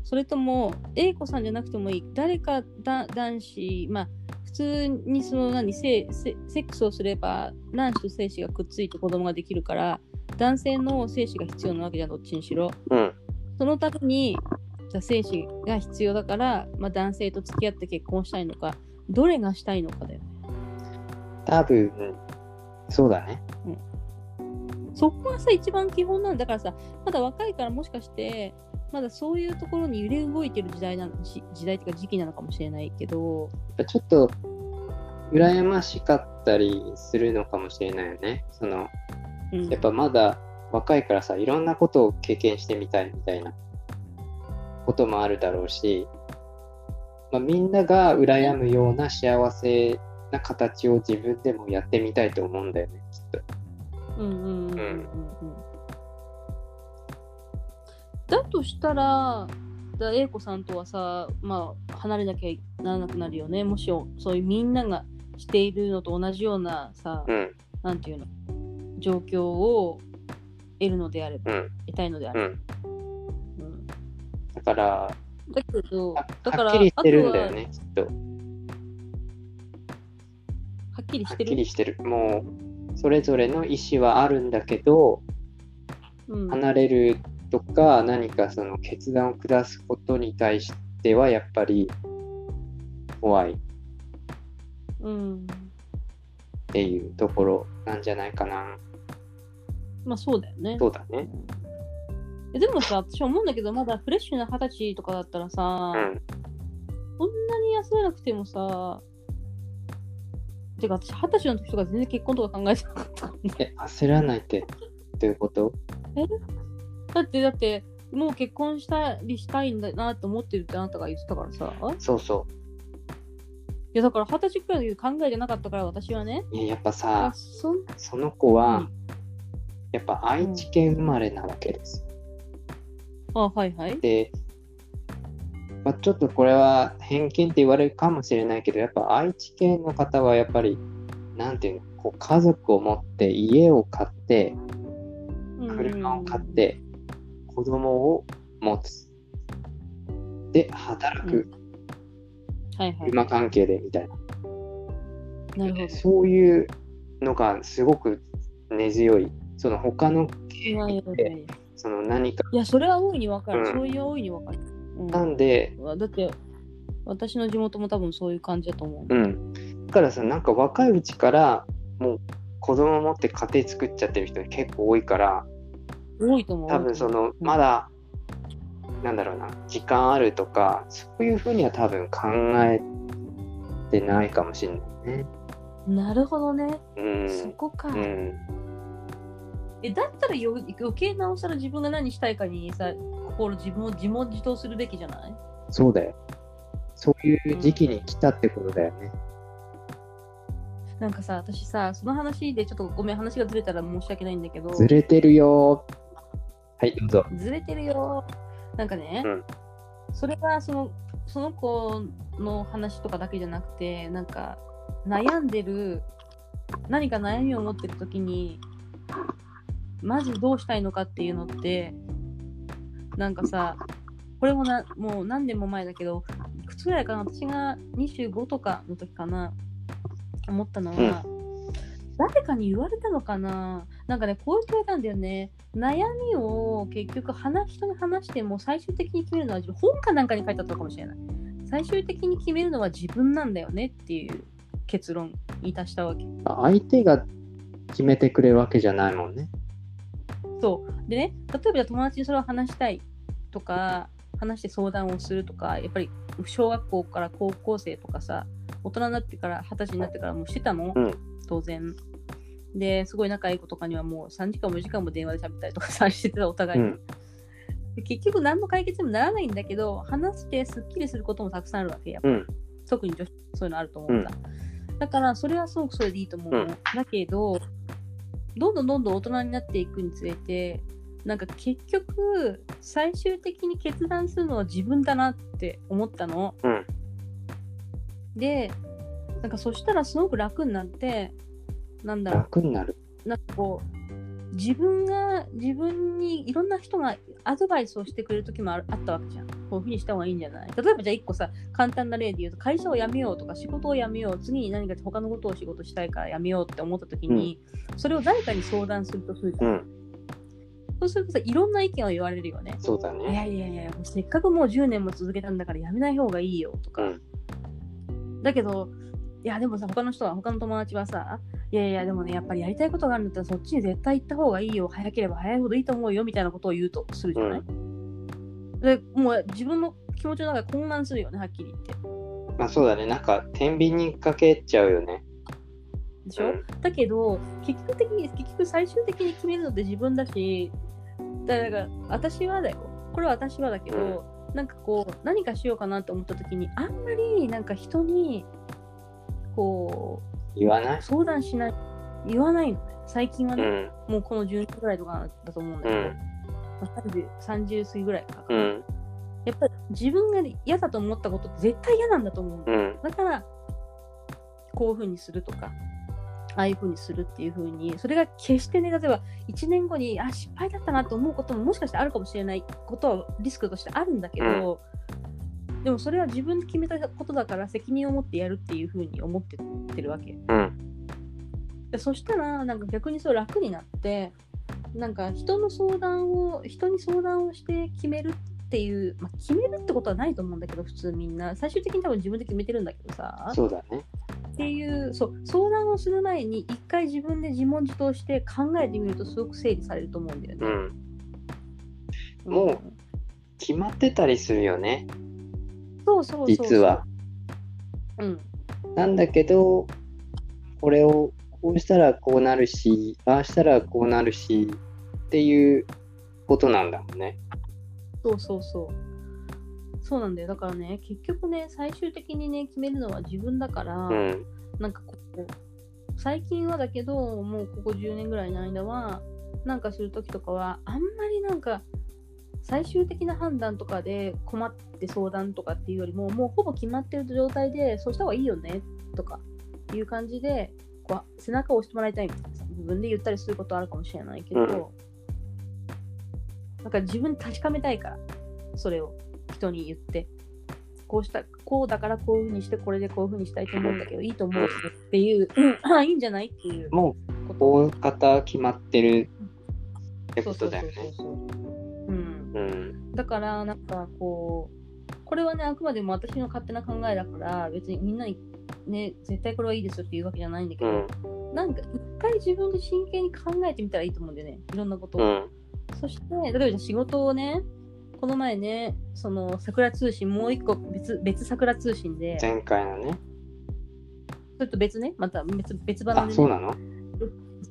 Speaker 1: それとも A 子さんじゃなくてもいい誰かだ男子まあ普通にその何性セセックスをすれば卵子と精子がくっついて子供ができるから男性の精子が必要なわけじゃんどっちにしろ
Speaker 2: うん
Speaker 1: そのためにじゃあ精子が必要だから、まあ、男性と付き合って結婚したいのかどれがしたいのかだよね
Speaker 2: 多分そうだね
Speaker 1: そこがさ一番基本なんだからさまだ若いからもしかしてまだそういうところに揺れ動いてる時代なのし時代っていうか時期なのかもしれないけど
Speaker 2: やっぱちょっと羨ましかったりするのかもしれないよねその
Speaker 1: うん
Speaker 2: やっぱまだ若いからさいろんなことを経験してみたいみたいなこともあるだろうし、まあ、みんなが羨むような幸せな形を自分でもやってみたいと思うんだよねきっと。
Speaker 1: うんうんうんうん
Speaker 2: う
Speaker 1: うんんうんだとしたら、だ A 子さんとはさ、まあ、離れなきゃならなくなるよね。もしよそういうみんながしているのと同じようなさ、
Speaker 2: うん
Speaker 1: なんていうの、状況を得るのであれば、
Speaker 2: うん
Speaker 1: 得たいのであ
Speaker 2: う
Speaker 1: れば。う
Speaker 2: ん、
Speaker 1: ん
Speaker 2: だから
Speaker 1: だけど、
Speaker 2: は
Speaker 1: だから、
Speaker 2: はっきりしてるんだ
Speaker 1: あ
Speaker 2: よ
Speaker 1: とは
Speaker 2: ねきっと。
Speaker 1: はっきり
Speaker 2: は
Speaker 1: し
Speaker 2: ってき
Speaker 1: る。
Speaker 2: りしてる。もうそれぞれの意思はあるんだけど
Speaker 1: うん、
Speaker 2: 離れるとか何かその決断を下すことに対してはやっぱり怖い。
Speaker 1: うん。
Speaker 2: っていうところなんじゃないかな。
Speaker 1: まあ、そうだよね。
Speaker 2: そうだね。
Speaker 1: えでもさ、私思うんだけど、まだフレッシュな二十歳とかだったらさ、
Speaker 2: うん。
Speaker 1: そんなに休めなくてもさ、てか私、二十歳の時とか全然結婚とか考えてなかったもんね。
Speaker 2: え、焦らないって、どういうこと
Speaker 1: [LAUGHS] だって、だって、もう結婚したりしたいんだなって思ってるってあなたが言ってたからさ。い
Speaker 2: そうそう。
Speaker 1: や、だから二十歳くらいの時考えてなかったから、私はね。
Speaker 2: いや、やっぱ
Speaker 1: あ
Speaker 2: さ、
Speaker 1: そん
Speaker 2: その子
Speaker 1: う
Speaker 2: は
Speaker 1: ん、
Speaker 2: やっぱ愛知県生まれなわけですよ。
Speaker 1: あ、はいはい。
Speaker 2: で、まあ、ちょっとこれは偏見って言われるかもしれないけど、やっぱ愛知県の方はやっぱり、なんていうの、こう家族を持って、家を買って、
Speaker 1: うん
Speaker 2: 車を買っ。て、子供を持つ。で、働く。
Speaker 1: はいはい。
Speaker 2: 車関係でみたいな、
Speaker 1: なるほど。
Speaker 2: そういうのがすごく根強いその他の経
Speaker 1: なる
Speaker 2: 緯
Speaker 1: ほど
Speaker 2: で
Speaker 1: い
Speaker 2: その何か
Speaker 1: や、それは大いにわかる。
Speaker 2: うん
Speaker 1: そういう大いにわかる。
Speaker 2: なんで、
Speaker 1: うん、だって、私の地元も多分そういう感じだと思う。
Speaker 2: うん、だからさなんか若いうちからもう子供持って家庭作っちゃってる人結構多いから
Speaker 1: 多いと思う。
Speaker 2: 多分そのまだ、なんだろうな時間あるとかそういうふうには多分考えてないかもしれないね。
Speaker 1: なるほどね。
Speaker 2: うん
Speaker 1: そこか。
Speaker 2: うん
Speaker 1: えだったらよ余計なおさら自分が何したいかにさ心自分を自問自答するべきじゃない
Speaker 2: そうだよ。そういう時期に来たってことだよね。
Speaker 1: なんかさ私さその話でちょっとごめん話がずれたら申し訳ないんだけど
Speaker 2: ずれてるよー。はい、どうぞ。
Speaker 1: ずれてるよなんかね、
Speaker 2: うん
Speaker 1: それがそのその子の話とかだけじゃなくてなんか悩んでる何か悩みを持ってる時にまずどうしたいのかっていうのってなんかさこれもなもう何年も前だけどいくつぐらいかな私が25とかの時かな思ったのは、誰かに言われたのかななんかねこう言って言われたんだよね悩みを結局話人に話しても最終的に決めるのは自分本かなんかに書いてあったのかもしれない最終的に決めるのは自分なんだよねっていう結論に達したわけ
Speaker 2: 相手が決めてくれるわけじゃないもんね。
Speaker 1: そうでね例えばじゃあ友達にそれを話したいとか話して相談をするとかやっぱり小学校から高校生とかさ大人になってから二十歳になってからもうしてたの、
Speaker 2: うん
Speaker 1: 当然ですごい仲いい子とかにはもう3時間も4時間も電話で喋ったりとかさしてたお互いに、
Speaker 2: うん
Speaker 1: で結局何の解決にもならないんだけど話してすっきりすることもたくさんあるわけやっぱ
Speaker 2: うん。
Speaker 1: 特に女子そういうのあると思った、だからそれはすごくそれでいいと思うの、
Speaker 2: うん
Speaker 1: だけどどんどんどんどん大人になっていくにつれてなんか結局最終的に決断するのは自分だなって思ったの、
Speaker 2: うん
Speaker 1: でなんかそしたらすごく楽になってなんだろう
Speaker 2: 楽になる。
Speaker 1: なんかこう自分が自分にいろんな人がアドバイスをしてくれる時もあるあったわけじゃん。こういうふうにした方がいいんじゃない例えばじゃあ1個さ簡単な例で言うと会社を辞めようとか仕事を辞めよう次に何か他のことを仕事したいから辞めようって思った時に、それを誰かに相談するとするじゃ、
Speaker 2: うんん。
Speaker 1: そうするとさいろんな意見を言われるよね。
Speaker 2: そうだ
Speaker 1: い
Speaker 2: ね。
Speaker 1: やいやいや、せっかくもう10年も続けたんだからやめない方がいいよとか。
Speaker 2: うん
Speaker 1: だけど、いやでもさ、他の人は、他の友達はさ、いやいや、でもね、やっぱりやりたいことがあるんだったらそっちに絶対行った方がいいよ、早ければ早いほどいいと思うよみたいなことを言うとするじゃない、でもう自分の気持ちの中で混乱するよね、はっきり言って。
Speaker 2: まあそうだね。なんか、天秤にかけちゃうよね。
Speaker 1: でしょ、だけど結局的に結局最終的に決めるのって自分だしだからだから私はだよこれは私はだけど、なんかこう何かしようかなと思った時にあんまりなんか人にこ
Speaker 2: 言わな
Speaker 1: う
Speaker 2: い。
Speaker 1: 相談しない言わないのね最近は
Speaker 2: う
Speaker 1: ね、
Speaker 2: ん。
Speaker 1: もうこの10年ぐらいとかだと思うんだけ
Speaker 2: う
Speaker 1: ど、
Speaker 2: ん。
Speaker 1: まあ30 30過ぎぐらいか、
Speaker 2: うん。
Speaker 1: やっぱり自分が嫌だと思ったことって絶対嫌なんだと思うの
Speaker 2: うん。
Speaker 1: だからこういうふうにするとかああいうふうにするっていうふうにそれが決してね例えば1年後にあ失敗だったなと思うことももしかしてあるかもしれないことはリスクとしてあるんだけど、でもそれは自分で決めたことだから責任を持ってやるっていうふうに思ってってるわけ
Speaker 2: うん。
Speaker 1: でそしたらなんか逆にそう楽になってなんか人の相談を人に相談をして決めるっていう、まあ、決めるってことはないと思うんだけど普通みんな最終的に多分自分で決めてるんだけどさ
Speaker 2: そうだね。
Speaker 1: っていうそう相談をする前に一回自分で自問自答して考えてみるとすごく整理されると思うんだよ
Speaker 2: う
Speaker 1: ね。
Speaker 2: ん。もう決まってたりするよね。
Speaker 1: そうそうそうそう
Speaker 2: 実は。。
Speaker 1: うん、
Speaker 2: なんだけど、これをこうしたらこうなるし、ああしたらこうなるしっていうことなんだもんね。
Speaker 1: そうそうそう。そうなんだよだからね結局ね最終的にね決めるのは自分だから、
Speaker 2: うん。
Speaker 1: なんかこう最近はだけどもうここ10年ぐらいの間はなんかする時とかはあんまりなんか最終的な判断とかで困って相談とかっていうよりももうほぼ決まってる状態でそうした方がいいよねとかいう感じでこう背中を押してもらいたいみたいな部分で言ったりすることあるかもしれないけど、なんか自分確かめたいからそれを人に言ってこうしたこうだからこういうふうにしてこれでこういうふうにしたいと思うんだけどいいと思うしっていう、うんあいいんじゃないっていう
Speaker 2: も
Speaker 1: こ
Speaker 2: う、
Speaker 1: と
Speaker 2: 大方決まってるってことだよね。
Speaker 1: そうそうそうそううん、
Speaker 2: うん。
Speaker 1: だからなんかこうこれはねあくまでも私の勝手な考えだから別にみんなにね絶対これはいいですよっていうわけじゃないんだけ
Speaker 2: う
Speaker 1: ど、
Speaker 2: ん。
Speaker 1: なんか一回自分で真剣に考えてみたらいいと思うんだよねいろんなことを。
Speaker 2: うん。
Speaker 1: そして、例えばじゃあ仕事をね、この前ね、その桜通信、もう一個別、別桜通信で、ち
Speaker 2: 前回のね。
Speaker 1: ょっと別ね、また別別花
Speaker 2: あ、
Speaker 1: で、
Speaker 2: そう
Speaker 1: ね、
Speaker 2: なの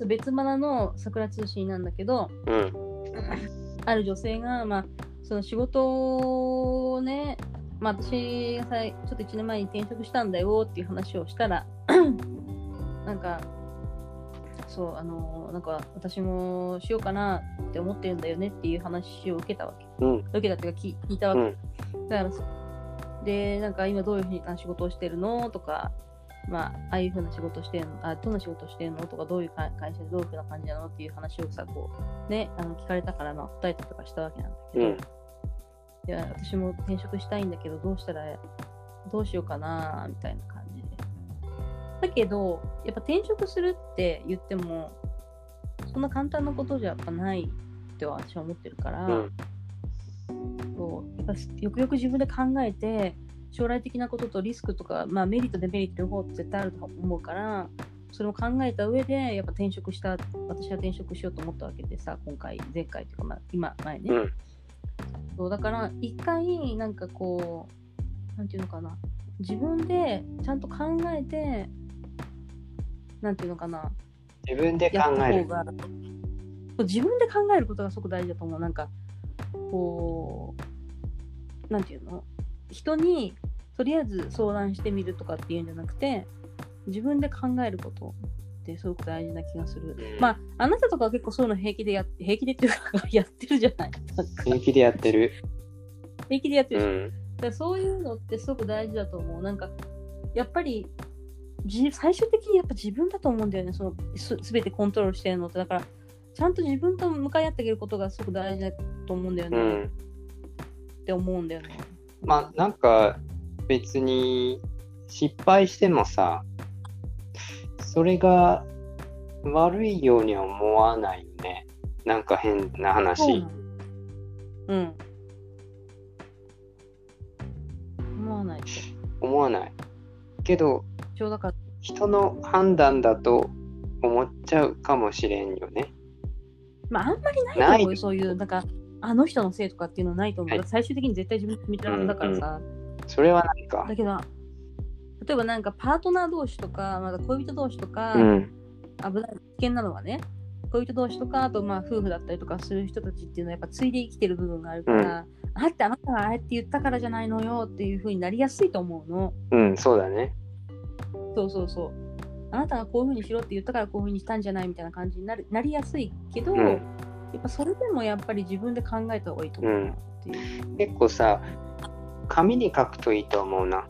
Speaker 1: 別花の桜通信なんだけど、
Speaker 2: うん。
Speaker 1: ある女性が、まあ、その仕事をね、まあ、私がさ、ちょっと1年前に転職したんだよっていう話をしたら、 [CLEARS THROAT] なんか、そう、あのなんか私もしようかなって思ってるんだよねっていう話を受けたわけ。
Speaker 2: うん。
Speaker 1: 受けたっていうか聞聞いたわけ、だからそでなんか今どういうふうな仕事をしてるのとかまあああいうふうな仕事してるのあどんな仕事してるのとかどういうか会社でどういうふうな感じなのっていう話をさこうねあの聞かれたからまあ答えたりとかしたわけなんだけ
Speaker 2: う
Speaker 1: ど、
Speaker 2: ん。
Speaker 1: いや私も転職したいんだけどどうしたらどうしようかなみたいな感じでだけどやっぱ転職するって言ってもそんな簡単なことじゃやっぱないっては私は思ってるから、
Speaker 2: うん。
Speaker 1: そうやっぱよくよく自分で考えて将来的なこととリスクとか、まあ、メリットデメリット両方絶対あると思うからそれを考えた上でやっぱ転職した私は転職しようと思ったわけでさ今回前回というか、まあ、今前ね、
Speaker 2: うん
Speaker 1: そうだから一回なんかこうなんていうのかな自分でちゃんと考えてなんていうのかな
Speaker 2: 自分で考
Speaker 1: やった方
Speaker 2: える。
Speaker 1: がそう自分で考えることがすごく大事だと思うなんかこうなんていうの人にとりあえず相談してみるとかっていうんじゃなくて自分で考えることってすごく大事な気がする、
Speaker 2: うん
Speaker 1: まああなたとかは結構そういうの平気でや平気でっていうかやってるじゃないなんか
Speaker 2: 平気でやってる。
Speaker 1: 平気でやって
Speaker 2: う
Speaker 1: る、
Speaker 2: ん。
Speaker 1: だからそういうのってすごく大事だと思うなんかやっぱりじ最終的にやっぱ自分だと思うんだよねそのす全てコントロールしてるのってだからちゃんと自分と向かい合ってあげることがすごく大事だと思うんだよ
Speaker 2: う
Speaker 1: ね、
Speaker 2: ん。
Speaker 1: って思うんだよね
Speaker 2: まあなんか別に失敗してもさそれが悪いようには思わないよねなんか変な話
Speaker 1: うん思わない一
Speaker 2: 思わないけど
Speaker 1: 応だから
Speaker 2: 人の判断だと思っちゃうかもしれんよね
Speaker 1: まああんまりない
Speaker 2: な
Speaker 1: と
Speaker 2: い
Speaker 1: 思うよそういうなんかあの人のせいとかっていうのはないと思う、
Speaker 2: はい
Speaker 1: だから最終的に絶対自分で決めたはずだからさ、
Speaker 2: それはないか
Speaker 1: だけど例えばなんかパートナー同士とかまだ恋人同士とか、
Speaker 2: うん
Speaker 1: 危ない危険なのはね恋人同士とかあとまあ夫婦だったりとかする人たちっていうのはやっぱついで生きてる部分があるから、あってあなたはあれって言ったからじゃないのよっていう風になりやすいと思うの
Speaker 2: うんそうだね
Speaker 1: そうそうそうあなたがこういう風にしろって言ったからこういう風にしたんじゃないみたいな感じになるなりやすいけど、
Speaker 2: うん
Speaker 1: やっぱそれでもやっぱり自分で考えた方がいいと思うなっていう、
Speaker 2: 結構さ紙に書くといいと思うな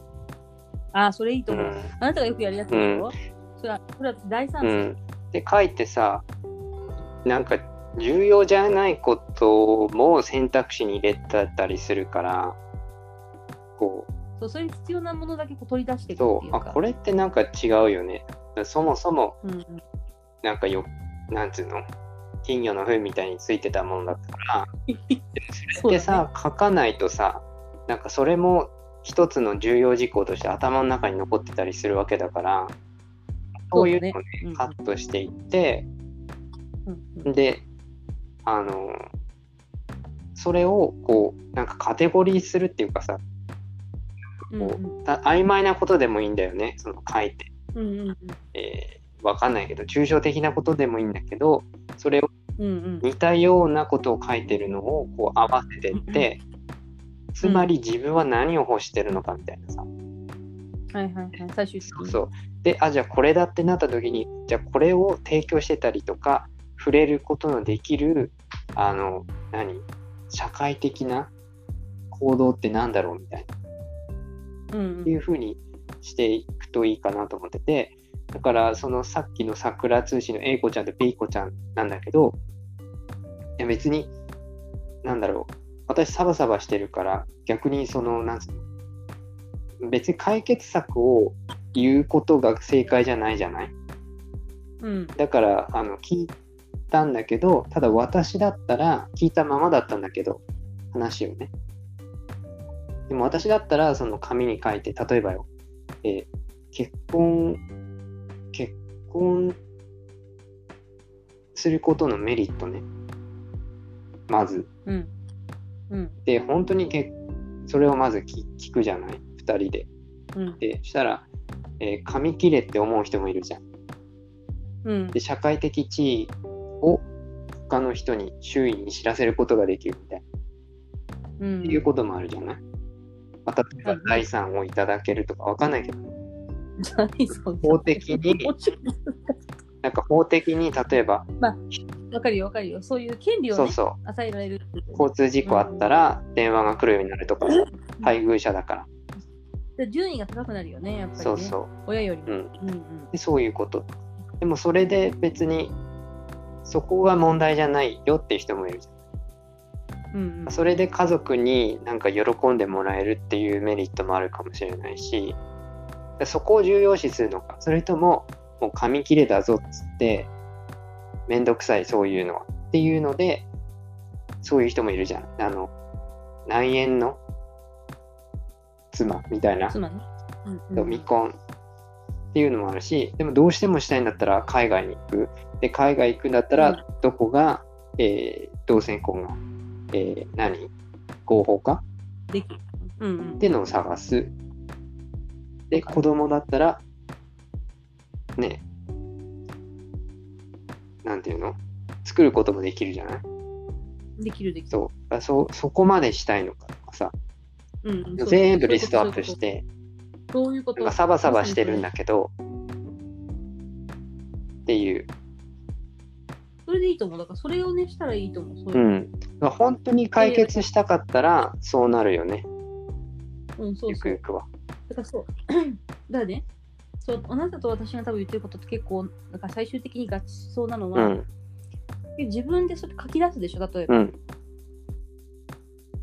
Speaker 1: ああそれいいと
Speaker 2: う
Speaker 1: 思う、
Speaker 2: ん
Speaker 1: あなたがよくやるやつでしょ、それはそれは第三
Speaker 2: う
Speaker 1: 者、
Speaker 2: ん、で書いてさなんか重要じゃないことも選択肢に入れてたりするからこ
Speaker 1: そうそれに必要なものだけこう取り出して
Speaker 2: う
Speaker 1: いくって
Speaker 2: そ
Speaker 1: いう
Speaker 2: うあ
Speaker 1: か
Speaker 2: これってなんか違うよねそもそも
Speaker 1: うんうん
Speaker 2: なんかよなんつうの金魚の糞みたいについてたものだったから
Speaker 1: そ
Speaker 2: で
Speaker 1: うだね
Speaker 2: さ、書かないとさなんかそれも一つの重要事項として頭の中に残ってたりするわけだからそういうのをね
Speaker 1: うんうん
Speaker 2: カットしていって、
Speaker 1: うんうん
Speaker 2: であのそれをこうなんかカテゴリーするっていうかさ
Speaker 1: うんうん
Speaker 2: た曖昧なことでもいいんだよねその書いて、
Speaker 1: うんうん
Speaker 2: えーわかんないけど抽象的なことでもいいんだけどそれを
Speaker 1: うん
Speaker 2: 似たようなことを書いてるのをこう合わせてって、つまり自分は何を欲してるのかみたいなさ、
Speaker 1: うん。はいはいはい。最終的
Speaker 2: そう
Speaker 1: に。
Speaker 2: そうであじゃあこれだってなった時にじゃあこれを提供してたりとか触れることのできるあの何社会的な行動ってなんだろうみたいな
Speaker 1: うん
Speaker 2: っていう風にしていくといいかなと思っててだからそのさっきの桜通信の A 子ちゃんと B 子ちゃんなんだけどいや別になんだろう私サバサバしてるから逆にそのなんつうの別に解決策を言うことが正解じゃないじゃない
Speaker 1: うん
Speaker 2: だからあの聞いたんだけどただ私だったら聞いたままだったんだけど話をねでも私だったらその紙に書いて例えばよ、えー結婚結婚することのメリットねまず
Speaker 1: うんうん
Speaker 2: で本当にけそれをまず聞聞くじゃない2人で
Speaker 1: うん
Speaker 2: でしたら、えー紙切れって思う人もいるじゃん
Speaker 1: うん
Speaker 2: で社会的地位を他の人に周囲に知らせることができるみたいな、
Speaker 1: うん
Speaker 2: っていうこともあるじゃない、まあ、例えば
Speaker 1: はい
Speaker 2: 財産をいただけるとかわかんないけど
Speaker 1: 何そんな
Speaker 2: 法的に
Speaker 1: もうちょっと
Speaker 2: なんか法的に例えば
Speaker 1: わかるよわかるよそういう権利を
Speaker 2: そう
Speaker 1: ね
Speaker 2: そ
Speaker 1: 与えられるっていう
Speaker 2: う交通事故あったら電話が来るようになるとかさ配偶者だから
Speaker 1: で順位が高くなるよねやっぱりね
Speaker 2: そうそう
Speaker 1: 親よりも
Speaker 2: うん
Speaker 1: うんうん
Speaker 2: でそういうことでもそれで別にそこが問題じゃないよっていう人もいるじゃん
Speaker 1: うんうん
Speaker 2: それで家族になんか喜んでもらえるっていうメリットもあるかもしれないしでそこを重要視するのかそれとももう紙切れだぞっつってめんどくさいそういうのはっていうのでそういう人もいるじゃんあの内縁の妻みたいな
Speaker 1: 妻ねうんうん
Speaker 2: 未婚っていうのもあるしでもどうしてもしたいんだったら海外に行くで海外行くんだった
Speaker 1: うん
Speaker 2: らどこが、えー同性婚が、えー何合法か
Speaker 1: できるうんうん
Speaker 2: っていうのを探すで子供だったらねなんていうの作ることもできるじゃない
Speaker 1: できるできる
Speaker 2: そうだからそうそこまでしたいのかとかさ
Speaker 1: うんうんそう
Speaker 2: 全部リストアップして
Speaker 1: そういうこ
Speaker 2: なん
Speaker 1: と
Speaker 2: かサバサバしてるんだけどっていう、
Speaker 1: それでいいと思うだからそれをねしたらいいと思うそう
Speaker 2: う
Speaker 1: いう、
Speaker 2: ん、本当に解決したかったらそうなるよね
Speaker 1: うんそう
Speaker 2: ゆく
Speaker 1: そう
Speaker 2: ゆくは
Speaker 1: だからそう [CLEARS THROAT] だからねそうあなたと私が多分言ってることって結構なんか最終的に合致しそうなの
Speaker 2: う
Speaker 1: は、
Speaker 2: ん
Speaker 1: 自分でそれ書き出すでしょ例えば、
Speaker 2: うん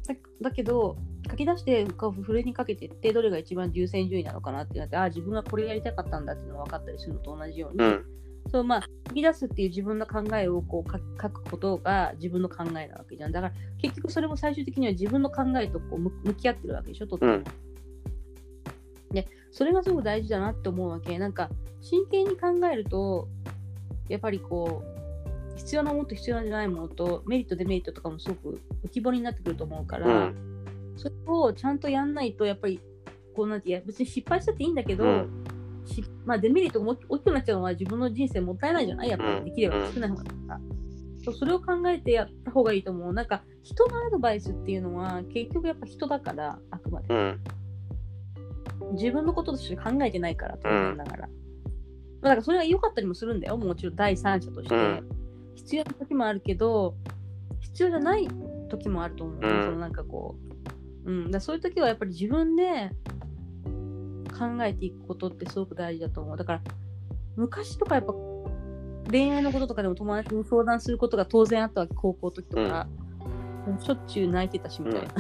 Speaker 1: だだけど書き出してこうふるいにかけてってどれが一番優先順位なのかなってなってああ自分がこれやりたかったんだっていうのが分かったりするのと同じように、
Speaker 2: うん
Speaker 1: そうまあ書き出すっていう自分の考えをこうか書くことが自分の考えなわけじゃんだから結局それも最終的には自分の考えとこう向向き合ってるわけでしょとっても、
Speaker 2: うん
Speaker 1: でそれがすごく大事だなって思うわけなんか真剣に考えるとやっぱりこう必要なものと必要じゃないものとメリットデメリットとかもすごく浮き彫りになってくると思うから、
Speaker 2: うん
Speaker 1: それをちゃんとやんないとやっぱりこうなんていや別に失敗したっていいんだけど、
Speaker 2: うん
Speaker 1: しまあ、デメリットがも大きくなっちゃうのは自分の人生もったいないじゃないやっぱ
Speaker 2: う
Speaker 1: り
Speaker 2: ん
Speaker 1: できれば少ない方がいいから、そうそれを考えてやった方がいいと思うなんか人のアドバイスっていうのは結局やっぱ人だからあくまで
Speaker 2: うん
Speaker 1: 自分のこととして考えてないからと
Speaker 2: うん
Speaker 1: 思いながら、まあ、だからそれが良かったりもするんだよもちろん第三者として、
Speaker 2: うん
Speaker 1: 必要な時もあるけど必要じゃない時もあると思う、
Speaker 2: うん
Speaker 1: そのなんかこう、うん、だからそういう時はやっぱり自分で考えていくことってすごく大事だと思うだから昔とかやっぱ恋愛のこととかでも友達に相談することが当然あったわけ高校の時とか、もうしょっちゅう泣いてたしみたいな、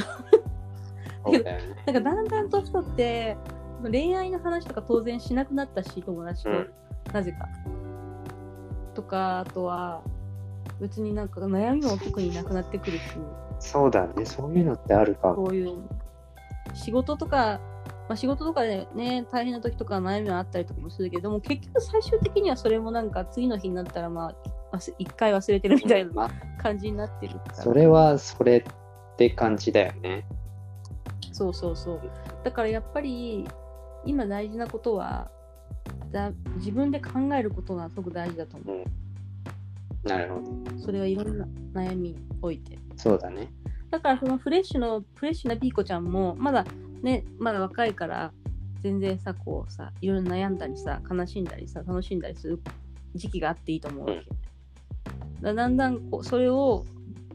Speaker 2: うんそうだよね
Speaker 1: なんかだんだん年取って恋愛の話とか当然しなくなったし友達と、
Speaker 2: うん
Speaker 1: なぜか。とかあとは別になんか悩みも特になくなってくるし
Speaker 2: そうだねそういうのってあるか
Speaker 1: こういう仕事とか、まあ、仕事とかでね大変な時とか悩みはあったりとかもするけども結局最終的にはそれもなんか次の日になったらまあ忘一回忘れてるみたいな
Speaker 2: ま
Speaker 1: 感じになってるから
Speaker 2: あそれはそれって感じだよね
Speaker 1: そうそうそうだからやっぱり今大事なことはだ自分で考えることがすごく大事だと思
Speaker 2: なるほど
Speaker 1: うそれはいろんな悩みにおいて
Speaker 2: そうだね
Speaker 1: だからそのフレッシュのフレッシュなピーコちゃんもまだねまだ若いから全然さこうさいろいろ悩んだりさ悲しんだりさ楽しんだりする時期があっていいと思うわけ、だだんだんこうそれを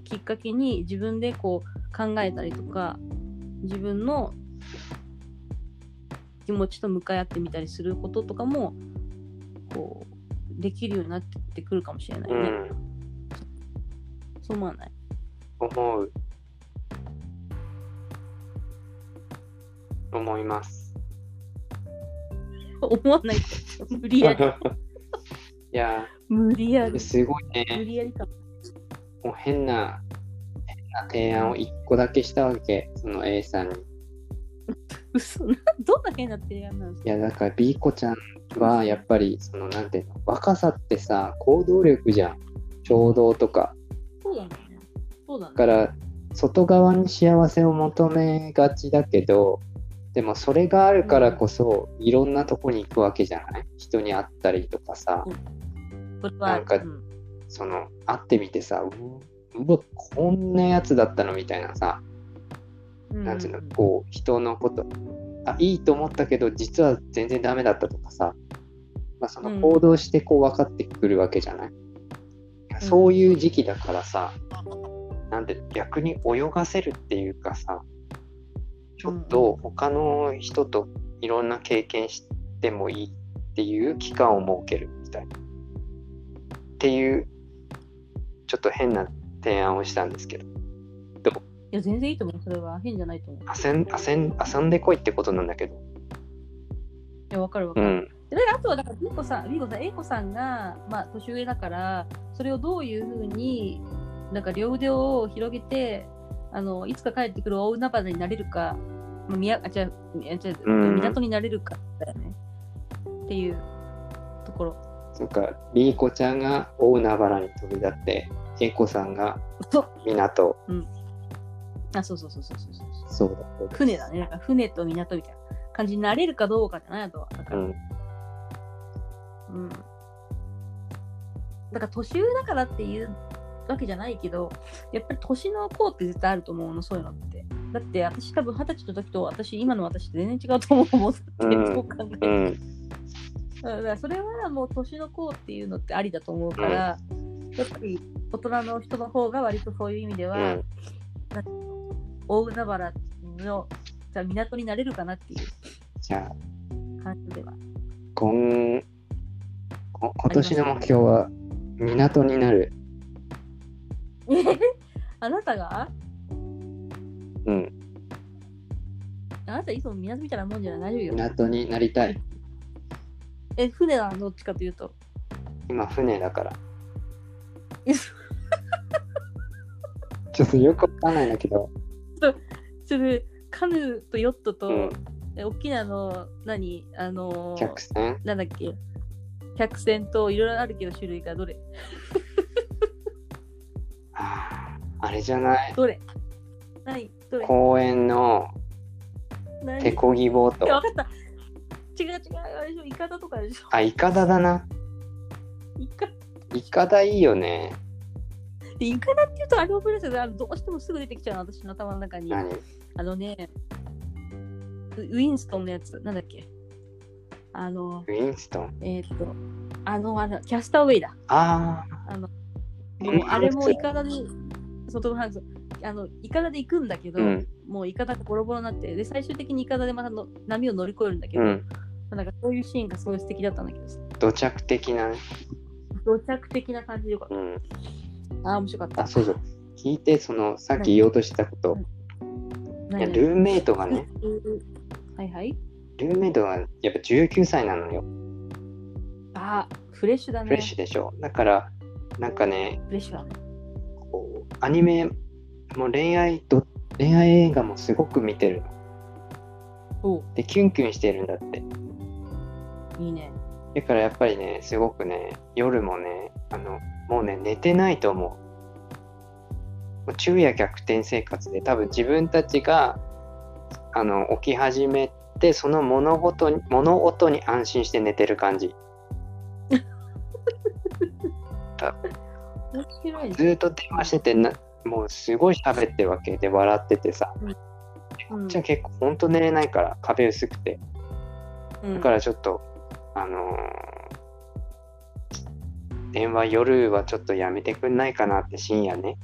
Speaker 1: きっかけに自分でこう考えたりとか自分の気持ちと向かい合ってみたりすることとかもこうできるようになってくるかもしれないうね、
Speaker 2: ん
Speaker 1: そう思わない [LAUGHS]
Speaker 2: 思う思います
Speaker 1: 思わないと無理やり
Speaker 2: いや
Speaker 1: 無理やり
Speaker 2: ー、すごい
Speaker 1: 無
Speaker 2: ね。
Speaker 1: 理やりか
Speaker 2: もう変な、変な提案を一個だけしたわけ。その A さんに。
Speaker 1: 嘘などんな変な提案なんです
Speaker 2: いや、だから B 子ちゃんは、やっぱり、その、なんていうの、若さってさ、行動力じゃん。衝動とか。
Speaker 1: そうだねそうだ
Speaker 2: だ
Speaker 1: ね
Speaker 2: から外側に幸せを求めがちだけどでもそれがあるからこそ、いろんなとこに行くわけじゃない人に会ったりとかさ、
Speaker 1: これは
Speaker 2: なんか
Speaker 1: うん
Speaker 2: その会ってみてさううわこんなやつだったのみたいなさ、
Speaker 1: うん
Speaker 2: なんていう
Speaker 1: う
Speaker 2: の
Speaker 1: ん
Speaker 2: こう人のことあいいと思ったけど実は全然ダメだったとかさ、まあ、その行動してこう分かってくるわけじゃない、そういう時期だからさなんで逆に泳がせるっていうかさちょっと他の人といろんな経験してもいいっていう期間を設けるみたいなっていうちょっと変な提案をしたんですけど
Speaker 1: いや全然いいと思うそれは変じゃないと思う
Speaker 2: 遊ん遊ん遊んでこいってことなんだけ
Speaker 1: い
Speaker 2: ど
Speaker 1: やわかるわか
Speaker 2: う
Speaker 1: る、
Speaker 2: ん
Speaker 1: であとはだからリコさんリコさん A 子さんが、まあ、年上だからそれをどういうふうになんか両腕を広げてあのいつか帰ってくる大海原になれるかまあ宮あ違う宮違う
Speaker 2: うん
Speaker 1: 港になれるかだよねっていうところ
Speaker 2: そっか、リーコちゃんが大海原に飛び立って、エイコさんが
Speaker 1: そう
Speaker 2: 港。
Speaker 1: あそうそうそうそうそうそう
Speaker 2: そうだ、そうだ。
Speaker 1: 船だねなんか船と港みたいな感じになれるかどうかじゃないあとはだから、
Speaker 2: うん。
Speaker 1: うん、だから年上だからっていうわけじゃないけどやっぱり年の功って絶対あると思うのそういうのってだって私多分二十歳の時と私今の私って全然違うと思うもんだって、
Speaker 2: うん
Speaker 1: そう考え
Speaker 2: う
Speaker 1: ると
Speaker 2: ん。
Speaker 1: うんだからそれはもう年の功っていうのってありだと思うから、やっぱり大人の人の方が割とそういう意味では、
Speaker 2: うん
Speaker 1: 大海原のじゃあ港になれるかなっていう
Speaker 2: じゃあ、
Speaker 1: 感じでは
Speaker 2: 今、こ今年の目標は、港になる。
Speaker 1: あなたが
Speaker 2: うん。
Speaker 1: あなたいつも港みたいなもんじゃない大丈夫よ
Speaker 2: 港になりたい。
Speaker 1: え、船はどっちかというと。
Speaker 2: 今、船だ [LAUGHS] から。
Speaker 1: え
Speaker 2: ちょっとよくわかんないんだけど、
Speaker 1: それ、カヌーとヨットと、
Speaker 2: うん。
Speaker 1: え大きなあの、何、あのー
Speaker 2: 客船
Speaker 1: なんだっけ、客船といろいろあるけど種類がどれ
Speaker 2: あーあれじゃない
Speaker 1: どれ何どれ
Speaker 2: 公園の
Speaker 1: 何
Speaker 2: 手漕ぎボー
Speaker 1: いや
Speaker 2: ト
Speaker 1: わ。かった。違う違う、あれでしょ、イカダとかでしょ。 [LAUGHS]
Speaker 2: あ、イカダだな。
Speaker 1: イカダ
Speaker 2: イカダいいよね。
Speaker 1: でイカダっていうとあれをブレスであのどうしてもすぐ出てきちゃうの、私の頭の中に。あ
Speaker 2: 何
Speaker 1: のね、ウウィンストンのやつ、なんだっけあの、
Speaker 2: ウィンストン。
Speaker 1: えーっと、あの、あの、キャスターウェイだ。
Speaker 2: ああ。
Speaker 1: あの
Speaker 2: ト
Speaker 1: もう
Speaker 2: ムハ
Speaker 1: あ
Speaker 2: ンク
Speaker 1: れ
Speaker 2: ス
Speaker 1: もイカダで、そうトムハンクスあのイカダで行くんだけど、
Speaker 2: うん。
Speaker 1: もうイカダがボロボロになって、で最終的にイカダでまたの波を乗り越えるんだけど、
Speaker 2: うん。
Speaker 1: なんかそういうシーンがすごい素敵だったんだけどさ、
Speaker 2: 土着的なね。
Speaker 1: 土着的な感じでよかっ
Speaker 2: うん。
Speaker 1: た。ああ、面白かった。
Speaker 2: あ、そうそう。聞いて、その、さっき言おうとしてたこと。い
Speaker 1: 何
Speaker 2: や
Speaker 1: 々
Speaker 2: ルーメイトがね、
Speaker 1: うんはいはい。
Speaker 2: ルーメイトがやっぱ19歳なのよ。
Speaker 1: ああ、フレッシュだね。
Speaker 2: フレッシュでしょ。だから、なんかね、
Speaker 1: フレッシュだね。
Speaker 2: こう、アニメ、もう恋愛ど、恋愛映画もすごく見てるの。
Speaker 1: おう
Speaker 2: で、キュンキュンしてるんだって。
Speaker 1: いいね。
Speaker 2: だからやっぱりね、すごくね、夜もね、あの、もうね、寝てないと思う。もう昼夜逆転生活で、多分自分たちが、あの、起き始めて、その物事に、物音に安心して寝てる感じ。
Speaker 1: 面白いね
Speaker 2: ず。ーっと電話しててな、もうすごい喋ってるわけで、笑っててさ。
Speaker 1: うん
Speaker 2: じゃあ結構ほんと寝れないから、壁薄くて。
Speaker 1: うん
Speaker 2: だからちょっと、あのー電話夜はちょっとやめてくんないかなって深夜ね。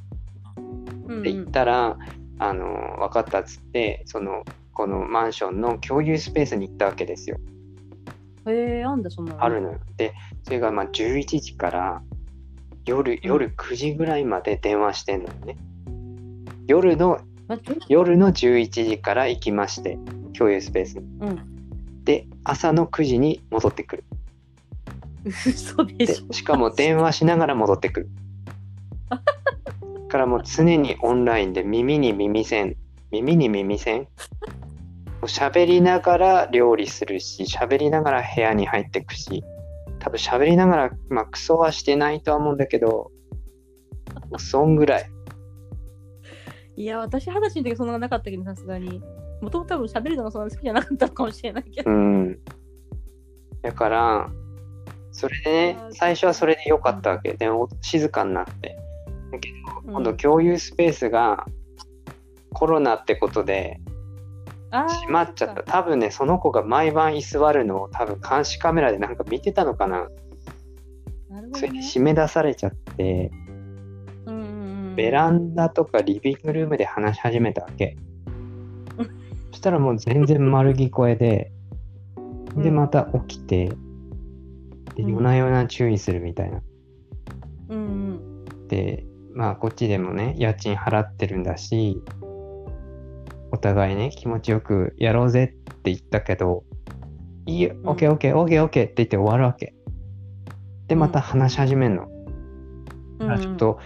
Speaker 1: うん
Speaker 2: って言ったら、あの分かったっつってそのこのマンションの共有スペースに行ったわけですよ、
Speaker 1: うんへえ、あんだ、そんなの。
Speaker 2: あるのよでそれがまあ11時から夜夜9時ぐらいまで電話してんのよね夜の
Speaker 1: 待って
Speaker 2: 夜の11時から行きまして共有スペースに
Speaker 1: うん。
Speaker 2: で朝の9時に戻ってくる
Speaker 1: 嘘で
Speaker 2: で
Speaker 1: しょ
Speaker 2: しかも電話しながら戻ってくるだからもう常にオンラインで耳に耳栓耳に耳栓喋りながら料理するし喋りながら部屋に入ってくし多分喋りながらまあクソはしてないとは思うんだけどもうそんぐらい
Speaker 1: いや私二十歳の時そんなのなかったけどさすがにもともと多分喋るのがそんなに好きじゃなかったのかもしれないけど
Speaker 2: うんだからそれでね最初はそれで良かったわけでお静かになって今度
Speaker 1: うん
Speaker 2: 共有スペースがコロナってことで
Speaker 1: あー
Speaker 2: 閉まっちゃっ
Speaker 1: そ
Speaker 2: た
Speaker 1: か
Speaker 2: 多分ねその子が毎晩居座るのを多分監視カメラでなんか見てたのかな
Speaker 1: なるほ
Speaker 2: それ
Speaker 1: ど、
Speaker 2: で
Speaker 1: ね、
Speaker 2: 締め出されちゃって
Speaker 1: うんうんうん
Speaker 2: ベランダとかリビングルームで話し始めたわけ
Speaker 1: う
Speaker 2: そしたらもう全然丸聞こ
Speaker 1: [LAUGHS]
Speaker 2: えでで
Speaker 1: うん
Speaker 2: また起きてで
Speaker 1: うん
Speaker 2: 夜な夜な注意するみたいな
Speaker 1: うん
Speaker 2: でまあこっちでもね家賃払ってるんだしお互いね気持ちよくやろうぜって言ったけど「いいよ
Speaker 1: ん
Speaker 2: OKOKOKOK」って言って終わるわけでまた話し始めるの、
Speaker 1: うんうん
Speaker 2: ちょっと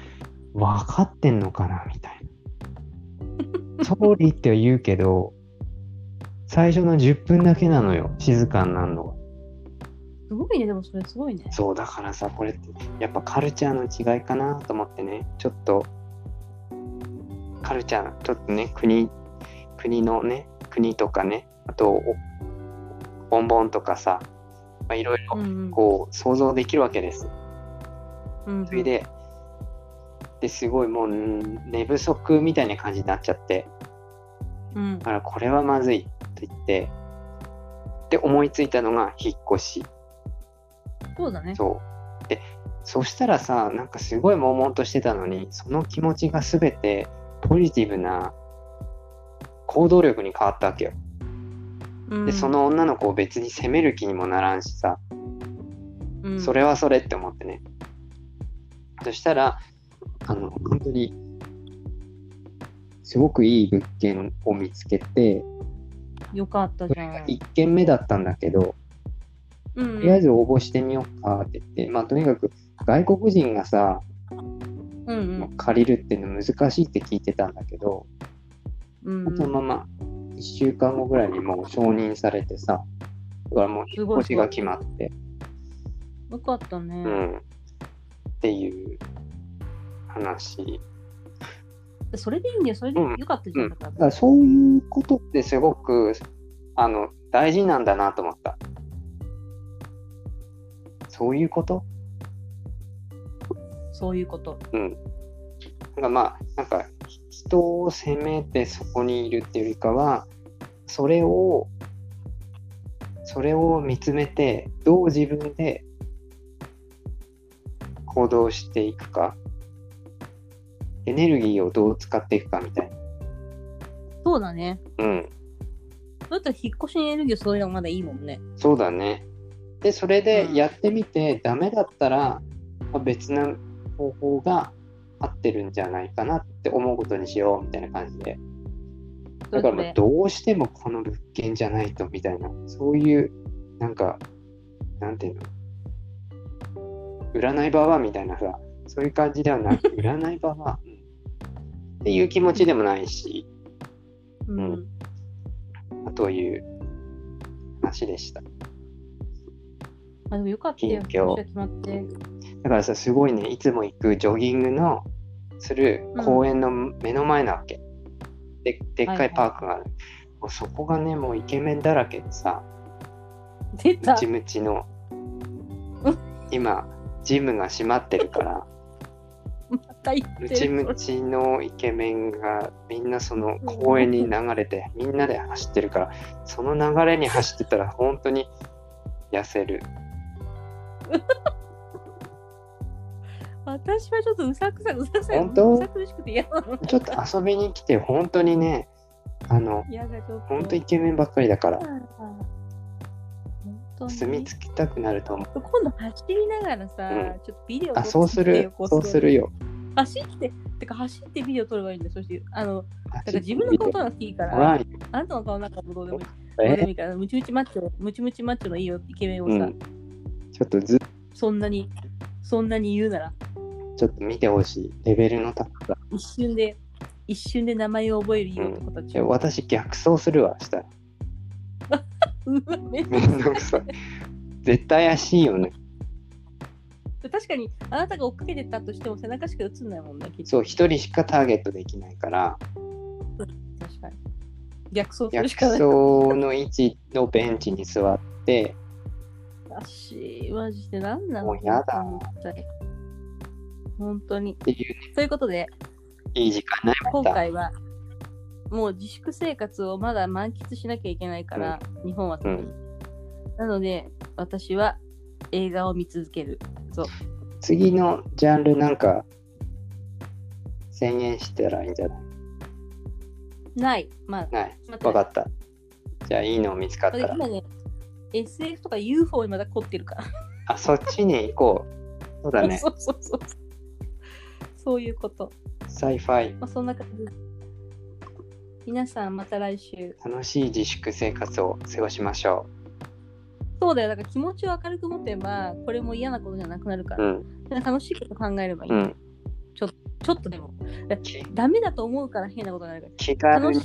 Speaker 2: 分かってんのかなみたいな総理って言うけど最初の10分だけなのよ静かになるのが
Speaker 1: すごいねでもそれすごいね
Speaker 2: そうだからさこれってやっぱカルチャーの違いかなと思ってねちょっとカルチャーちょっとね国国のね国とかねあとおボンボンとかさまあいろいろ
Speaker 1: うんうん
Speaker 2: こう想像できるわけです。
Speaker 1: うんうん
Speaker 2: それでですごいもううん寝不足みたいな感じになっちゃって
Speaker 1: うん
Speaker 2: だからこれはまずいと言ってで思いついたのが引っ越し。
Speaker 1: そうだね
Speaker 2: そう。で、そしたらさ、なんかすごい悶々としてたのに、その気持ちがすべてポジティブな行動力に変わったわけよ。
Speaker 1: うん
Speaker 2: で、その女の子を別に責める気にもならんしさ、
Speaker 1: うん
Speaker 2: それはそれって思ってね。そしたら、あの、本当に、すごくいい物件を見つけて、
Speaker 1: よかった
Speaker 2: そ
Speaker 1: じ
Speaker 2: れ
Speaker 1: ゃん
Speaker 2: が1軒目だったんだけど、
Speaker 1: うん
Speaker 2: とりあえず応募してみようかって言って、まあとにかく外国人がさ、
Speaker 1: うんうん
Speaker 2: 借りるっていうの難しいって聞いてたんだけど、
Speaker 1: うんうん
Speaker 2: そのまま1週間後ぐらいにもう承認されてさだからもう引っ越しが決まって、
Speaker 1: よかったね、
Speaker 2: うん、っていう話
Speaker 1: それでいいんだよそれで
Speaker 2: うん
Speaker 1: よかったじゃん、だか
Speaker 2: だかららそういうことってすごくあの大事なんだなと思ったそういうこと
Speaker 1: そういうこと
Speaker 2: うんなんかまあなんか人を責めてそこにいるっていうよりかはそれをそれを見つめてどう自分で行動していくかエネルギーをどう使っていくかみたいな
Speaker 1: そうだね
Speaker 2: うん
Speaker 1: だったら引っ越しにエネルギーをそれがまだいいもんね
Speaker 2: そうだねでそれでやってみてダメだったらまあ別な方法が合ってるんじゃないかなって思うことにしようみたいな感じで
Speaker 1: そ
Speaker 2: だ
Speaker 1: れ
Speaker 2: か
Speaker 1: ぞ
Speaker 2: らもう
Speaker 1: れ
Speaker 2: どうしてもこの物件じゃないとみたいな、そういう、なんか、なんていうの、占いババアみたいなさ、そういう感じでは
Speaker 1: [LAUGHS]
Speaker 2: なく、占いババア、うんっていう気持ちでもないし、
Speaker 1: うん
Speaker 2: うという話でした。
Speaker 1: あでもよかったよ
Speaker 2: 近況
Speaker 1: 引っ越しが決まって
Speaker 2: だからさ、すごいね、いつも行くジョギングの、する公園の目の前なわけ。ででっか
Speaker 1: はいいはい
Speaker 2: パークがある。もうそこがね、もうイケメンだらけでさ、
Speaker 1: 出た
Speaker 2: ムチムチの
Speaker 1: うん
Speaker 2: 今ジムが閉まってるから
Speaker 1: また行って
Speaker 2: ム
Speaker 1: る
Speaker 2: チムチのイケメンがみんなその公園に流れてみんなで走ってるからその流れに走ってたら本当に痩せる
Speaker 1: 私はちょっとうさくさうさくさ
Speaker 2: 本当
Speaker 1: うさ苦しくて嫌なの
Speaker 2: ちょっと遊びに来て本当にねあの
Speaker 1: 嫌だちょっと
Speaker 2: 本当イケメンばっかりだから
Speaker 1: 本当に
Speaker 2: 住み着きたくなると思う
Speaker 1: 今度走りながらさ、
Speaker 2: う
Speaker 1: ちょっとビデオ撮っ
Speaker 2: あ
Speaker 1: て
Speaker 2: そうする
Speaker 1: こ
Speaker 2: そうするよ
Speaker 1: 走っててか走ってビデオ撮ればいいんだよそしてあのだから自分の顔撮らなくていいか
Speaker 2: おら
Speaker 1: ら
Speaker 2: んよ
Speaker 1: あなたの顔なんかもどうでもいいどうで
Speaker 2: え
Speaker 1: もいいからムチムチマッチョ、ムチムチマッチョのいいよイケメンを
Speaker 2: う
Speaker 1: さ、
Speaker 2: ん。ちょっとず、
Speaker 1: そんなに、そんなに言うなら、
Speaker 2: ちょっと見てほしい。レベルの高さ。
Speaker 1: 一瞬で、一瞬で名前を覚えるいい男た
Speaker 2: い
Speaker 1: ち
Speaker 2: や
Speaker 1: を。
Speaker 2: 私、逆走するわ、した
Speaker 1: [LAUGHS]
Speaker 2: ら。
Speaker 1: うわめっ
Speaker 2: めんどくさい。絶対怪しいよね。
Speaker 1: 確かに、あなたが追っかけてったとしても背中しか映んないもんね、きっと。
Speaker 2: そう、一人しかターゲットできないから、
Speaker 1: 確かに。逆走する
Speaker 2: 逆
Speaker 1: しかない
Speaker 2: 走。の位置のベンチに座って、
Speaker 1: しマジで何なの
Speaker 2: もうやだ
Speaker 1: 本当に本当に
Speaker 2: っていう、
Speaker 1: ということで
Speaker 2: いい時間ない
Speaker 1: 今回はもう自粛生活をまだ満喫しなきゃいけないから、日本は特に、
Speaker 2: う
Speaker 1: なので私は映画を見続ける
Speaker 2: 次のジャンルなんか、宣言したらいいんじゃない
Speaker 1: ないまあ
Speaker 2: ない。
Speaker 1: また
Speaker 2: わかった。じゃあ、いいの見つかっ
Speaker 1: こ
Speaker 2: た
Speaker 1: れ
Speaker 2: ら。
Speaker 1: 今ね SF とか UFO にまだ凝ってるから
Speaker 2: あ、そっちに行こう。そうだ
Speaker 1: [LAUGHS]
Speaker 2: ね。
Speaker 1: そうそうそうそういうこと、
Speaker 2: サイファイ。
Speaker 1: まあ、そんな感じ皆さんまた来週
Speaker 2: 楽しい自粛生活を過ごしましょ
Speaker 1: そうだよだから気持ちを明るく持てばこれも嫌なことじゃなくなるから
Speaker 2: う。うん。
Speaker 1: 楽しいこと考えればいい。
Speaker 2: うん。
Speaker 1: ちょっとでも。
Speaker 2: き
Speaker 1: ダメだと思うから変なことになるか
Speaker 2: 気
Speaker 1: ら。
Speaker 2: 軽
Speaker 1: 楽しい
Speaker 2: に、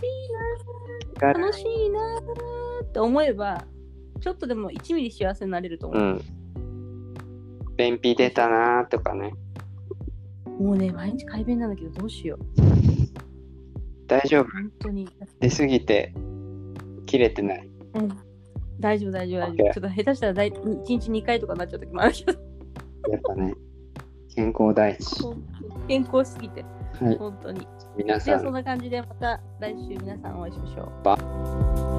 Speaker 2: 気
Speaker 1: な、
Speaker 2: 軽に。
Speaker 1: 楽しいなって思えば、ちょっとでも1ミリ幸せになれると
Speaker 2: う
Speaker 1: 思う。
Speaker 2: ん。便秘出たなーとかね。
Speaker 1: もうね、毎日改便なんだけど、どうしよう。
Speaker 2: 大丈夫。
Speaker 1: 本当に。
Speaker 2: 出すぎて、切れてない。
Speaker 1: うん、大丈夫、大丈夫、大丈夫。
Speaker 2: OK
Speaker 1: ちょっと下手したら大1日2回とかになっちゃう時もあるけど、
Speaker 2: やっぱね。健康第一。は
Speaker 1: 健康しすぎて、
Speaker 2: い。
Speaker 1: 本当に。
Speaker 2: 皆
Speaker 1: で
Speaker 2: さ
Speaker 1: は、そん
Speaker 2: ん、
Speaker 1: な感じで、また来週皆さんお会いしましょう。